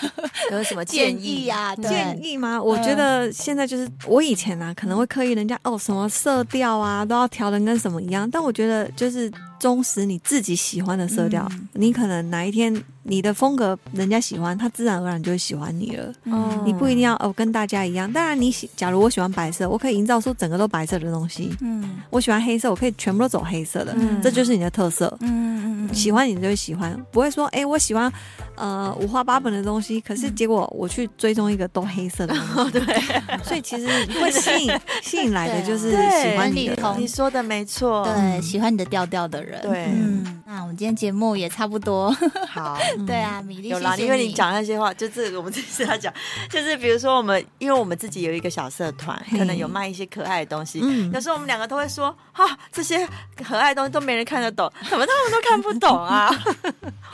Speaker 2: 有什么
Speaker 1: 建
Speaker 2: 建
Speaker 1: 议啊
Speaker 2: 议？啊
Speaker 1: 呀？对
Speaker 3: 建议吗？我
Speaker 2: 嗯
Speaker 3: 觉得现在就是我以前啊，可能会刻意人家哦什么色调啊，都要调的跟什么一样。但我觉得就是忠实你自己喜欢的色调，
Speaker 1: 嗯
Speaker 3: 你可能哪一天你的风格人家喜欢，他自然而然就会喜欢你了。
Speaker 1: 嗯
Speaker 3: 你不一定要哦跟大家一样。当然你喜，假如我喜欢白色，我可以营造出整个都白色的东西；
Speaker 1: 嗯
Speaker 3: 我喜欢黑色，我可以全部都走黑色的。
Speaker 1: 嗯
Speaker 3: 这就是你的特色。
Speaker 1: 嗯嗯嗯，
Speaker 3: 喜欢你就会喜欢，不会说哎、诶我喜欢呃五花八门的东西，可是结果我去追踪一个都黑色的东西，对，所以其实会吸引吸引来的就是
Speaker 2: 对啊
Speaker 3: 喜欢你的
Speaker 1: 对同
Speaker 2: 你
Speaker 3: 人。
Speaker 2: 说的没错，
Speaker 1: 对喜欢你的调调的人。
Speaker 2: 对
Speaker 1: 嗯，那我们今天节目也差不多。
Speaker 2: 好。
Speaker 1: 对啊，米粒，
Speaker 2: 有啦，
Speaker 1: 谢谢
Speaker 2: 因为你讲那些话，就这个我们自己要讲， (laughs) 就是比如说我们，因为我们自己有一个小社团，
Speaker 3: 嘿
Speaker 2: 可能有卖一些可爱的东西，
Speaker 3: 嗯，
Speaker 2: 有时候我们两个都会说，哈、这些可爱的东西都没人看得懂，怎么他们都看不懂 (laughs) 啊？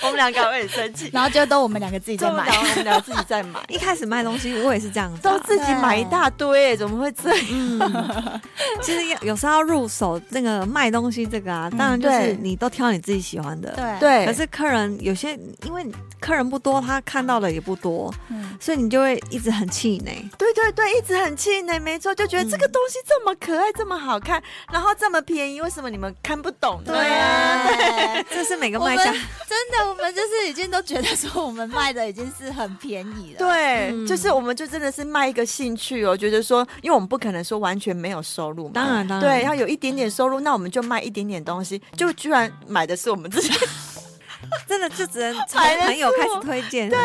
Speaker 2: 我们两个会很生 (laughs) 气，
Speaker 1: 然后就都我们两个自己
Speaker 2: 就
Speaker 1: 在
Speaker 2: 我们
Speaker 1: 买
Speaker 2: 两。个我们两个自己在买
Speaker 3: 一开始卖东西我也是这样子啊、
Speaker 2: 都自己买一大堆、怎么会这样？
Speaker 3: 嗯其实有有时候要入手那个卖东西这个啊，当然就
Speaker 2: 对
Speaker 3: 是你都挑你自己喜欢的。
Speaker 1: 对，
Speaker 2: 对，
Speaker 3: 可是客人有些，因为客人不多，他看到的也不多，
Speaker 1: 嗯
Speaker 3: 所以你就会一直很气馁。
Speaker 2: 对对对，一直很气馁，没错，就觉得这个东西这么可爱，这么好看，然后这么便宜，为什么你们看不懂呢？
Speaker 1: 对啊，
Speaker 3: 这是每个
Speaker 1: 我
Speaker 3: 卖
Speaker 1: 们
Speaker 3: 家
Speaker 1: (laughs) 真的，我们就是已经都觉得说我们卖的已经是很便宜了。
Speaker 2: 对，
Speaker 3: 嗯
Speaker 2: 就是我们就真的是卖一个兴趣哦，觉得说，因为我们不可能说完全没有收入嘛，
Speaker 3: 当然当然
Speaker 2: 对，要有一点点收入，那我们就卖一点点东西，就居然买的是我们自
Speaker 3: (laughs)
Speaker 2: 己，
Speaker 3: (laughs) 真的就只能从
Speaker 2: 买得
Speaker 3: 朋友
Speaker 2: 住
Speaker 3: 开始推荐。对，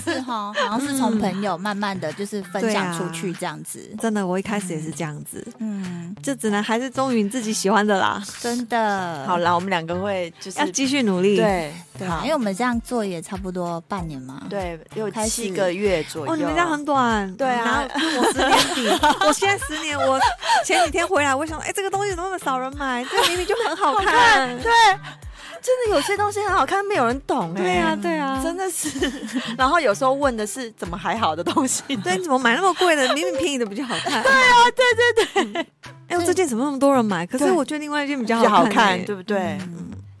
Speaker 1: 是哈，好像是从朋友慢慢的就是分享出去这样子。
Speaker 3: 真的，我一开始也是这样子，
Speaker 1: 嗯，
Speaker 3: 就只能还是忠于你自己喜欢的啦，
Speaker 1: 真的。
Speaker 2: 好啦，我们两个会就是
Speaker 3: 要继续努力。，
Speaker 2: 对，
Speaker 1: 对啊，
Speaker 2: 好
Speaker 1: 因为，我们这样做也差不多半年嘛。
Speaker 2: 对，有
Speaker 1: 开始
Speaker 2: 七个月左右，
Speaker 3: 哦，你们这样很短，
Speaker 2: 对啊
Speaker 3: 然后跟我十年底， (laughs) 我现在十年，我前几天回来，我想，哎、这个东西怎么那么少人买？这个明明就很好看。
Speaker 2: 对，真的有些东西很好看，没有人懂哎、
Speaker 3: 对啊，对啊，
Speaker 2: 真的是。 (laughs) 然后有时候问的是怎么还好的东西，
Speaker 3: (laughs) 对，你怎么买那么贵的？明明便宜的比较好看。对啊， (laughs) 对对对。哎、我这件怎么那么多人买？可是
Speaker 2: 对
Speaker 3: 我觉得另外一件比
Speaker 2: 比
Speaker 3: 较
Speaker 2: 较好
Speaker 3: 好看、欸
Speaker 2: 看，对嗯不对？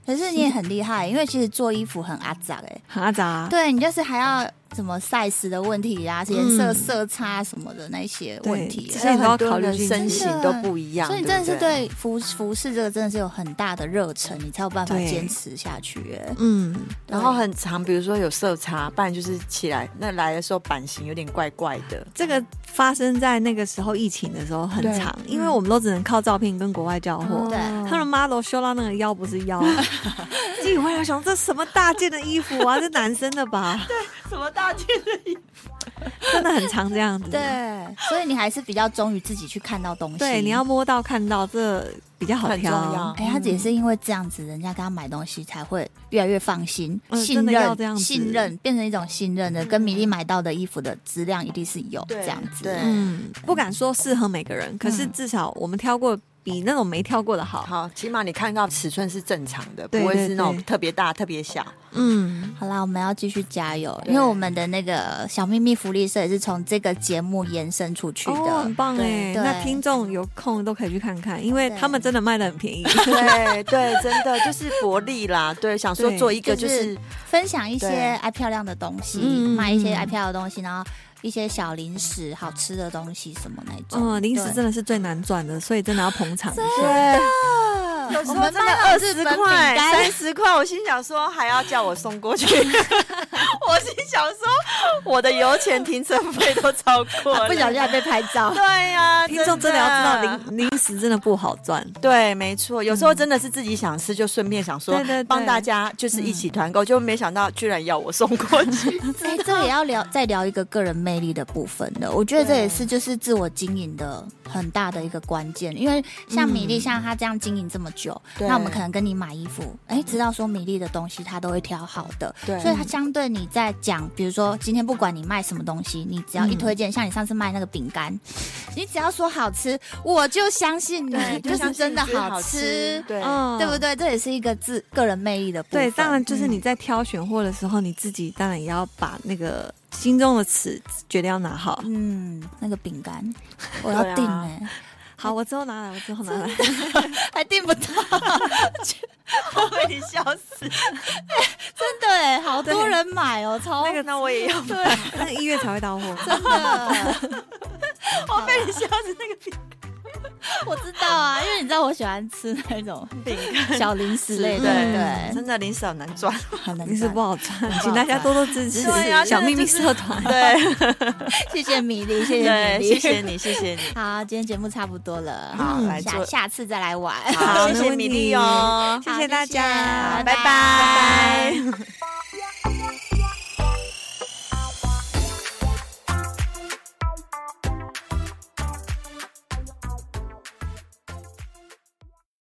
Speaker 1: 可是你也很厉害，因为其实做衣服很阿杂哎、欸。
Speaker 3: 很阿杂、
Speaker 2: 啊
Speaker 1: 对你就是还要什么 size 的问题啊，颜色、
Speaker 3: 嗯
Speaker 1: 色差什么的那一些
Speaker 3: 对
Speaker 1: 问题、
Speaker 3: 这
Speaker 1: 欸。
Speaker 3: 些都要
Speaker 2: 很多
Speaker 3: 考虑
Speaker 2: 人
Speaker 3: 进去
Speaker 2: 身形都不一样，
Speaker 1: 所以你真的是
Speaker 2: 不对。
Speaker 1: 对服服饰这个真的是有很大的热忱，你才有办法
Speaker 3: 对
Speaker 1: 坚持下去、欸。
Speaker 3: 嗯，
Speaker 2: 然后很长，比如说有色差，不然就是起来那来的时候版型有点怪怪的。
Speaker 3: 这个发生在那个时候疫情的时候很
Speaker 2: 对
Speaker 3: 长，因为我们都只能靠照片跟国外交
Speaker 2: 嗯
Speaker 3: 货。
Speaker 1: 对啊
Speaker 3: 他们 model 修到那个腰不是腰，嗯 (laughs) 自己回来想这什么大件的衣服啊，这男生的吧，
Speaker 2: 什么大件的衣服？
Speaker 3: 真的很常这样子。
Speaker 1: 对，所以你还是比较忠于自己去看到东西。
Speaker 3: 对，你要摸到看到这比较好
Speaker 2: 很重
Speaker 3: 挑
Speaker 2: 要。
Speaker 1: 哎、他也是因为这样子，人家给他买东西才会越来越放心，
Speaker 3: 嗯
Speaker 1: 信
Speaker 3: 真的要这
Speaker 1: 任，
Speaker 3: 样子嗯
Speaker 1: 信任变成一种信任的，跟米粒买到的衣服的质量一定是有
Speaker 2: 对
Speaker 1: 这样子。
Speaker 2: 对
Speaker 1: 嗯
Speaker 3: 嗯，不敢说适合每个人，可是至少我们挑过比那种没跳过的好。
Speaker 2: 好，起码你看到尺寸是正常的，
Speaker 3: 对
Speaker 2: 不会
Speaker 3: 对
Speaker 2: 是那种
Speaker 3: 对
Speaker 2: 特别大、特别小。
Speaker 3: 嗯，
Speaker 1: 好啦，我们要继续加油，
Speaker 2: 对
Speaker 1: 因为我们的那个小秘密福利社也是从这个节目延伸出去的。
Speaker 3: 哦，很棒哎！
Speaker 1: 对
Speaker 3: 那听众有空都可以去看看，因为
Speaker 1: 对
Speaker 3: 他们真的卖的很便宜。
Speaker 2: 对对，真的就是薄利啦。对，想说
Speaker 3: 对
Speaker 2: 做一个
Speaker 1: 就
Speaker 2: 就是是
Speaker 1: 分享一些
Speaker 2: 对
Speaker 1: 爱漂亮的东西，
Speaker 3: 嗯
Speaker 1: 卖一些爱漂亮的东西，然后一些小零食、好吃的东西什么那种。
Speaker 3: 嗯，零食
Speaker 1: 对
Speaker 3: 真的是最难赚的，所以真的要捧场一下。
Speaker 2: 对，有时
Speaker 1: 我
Speaker 2: 候
Speaker 1: 们
Speaker 2: 真的
Speaker 1: 卖了
Speaker 2: 二
Speaker 1: 日
Speaker 2: 十
Speaker 1: 本饼
Speaker 2: 块、
Speaker 1: 干
Speaker 2: 三十块，我心想说还要叫我送过去，我心想说我的油钱、停车费都超过
Speaker 1: (laughs)
Speaker 2: 了，
Speaker 1: 啊不小心还被拍照
Speaker 3: (laughs)
Speaker 2: 对。呀、
Speaker 3: 听众真的要知道零零食真的不好赚。
Speaker 2: 对，没错，有时候真的是自己想吃，就顺便想说
Speaker 3: 对对对
Speaker 2: 帮大家就是一起团购，就没想到居然要我送过去。
Speaker 1: 哎，这也要聊再聊一个个人魅力的部分的，我觉得这也是就是自我经营的很大的一个关键。因为像米粒，像她这样经营这么久，
Speaker 2: 对
Speaker 1: 那我们可能跟你买衣服，哎，知道说米粒的东西她都会挑好的，
Speaker 2: 对
Speaker 1: 所以她相对你在讲，比如说今天不管你卖什么东西，你只要一推荐，像你上次卖那个饼干， (laughs) 你只要说好吃，我就相信
Speaker 2: (laughs)
Speaker 1: 你，就是真的好吃。
Speaker 2: 对，
Speaker 3: 嗯
Speaker 1: 对不嗯对？这也是一个自个人魅力的部分。
Speaker 3: 对，当然就是你在挑选货的时候，你自己当然也要把那个心中的尺决定要拿好。
Speaker 1: 嗯，那个饼
Speaker 2: (laughs)
Speaker 1: 干我要
Speaker 2: 对啊
Speaker 1: 订哎、
Speaker 3: 好，我之后拿来，我之后拿来。
Speaker 1: 还订不到，
Speaker 2: 我被你哦笑死。
Speaker 1: 真的哎、好多人买哦，超
Speaker 2: 那个，那我也要， (laughs)
Speaker 3: 对， (laughs) 那一月才会到货。
Speaker 1: 真的，
Speaker 2: 我被你笑死那个饼
Speaker 1: 我知道啊，因为你知道我喜欢吃那种
Speaker 2: 饼干。
Speaker 1: 小零食类的，
Speaker 2: 对，
Speaker 1: 对，
Speaker 2: 真的零食好难赚。
Speaker 1: 很能
Speaker 3: 你是不
Speaker 1: 赚。
Speaker 3: 好赚，请大家多多支持
Speaker 2: 对啊
Speaker 3: 小秘密
Speaker 2: 真的就是
Speaker 3: 社团。
Speaker 2: 对
Speaker 1: 谢谢米粒，谢谢
Speaker 2: 对，
Speaker 1: 米粒，
Speaker 2: 谢谢。你，谢
Speaker 1: (laughs)
Speaker 2: 谢你。
Speaker 1: 好，今天节目差不多了，
Speaker 2: 好来
Speaker 1: 下
Speaker 2: 做
Speaker 1: 下次再来玩。
Speaker 2: 好，谢
Speaker 1: 哦
Speaker 3: 没
Speaker 2: 谢
Speaker 3: 问
Speaker 2: 米
Speaker 3: 题
Speaker 2: 粒哦，
Speaker 3: 谢谢大家
Speaker 1: 好
Speaker 2: 拜拜。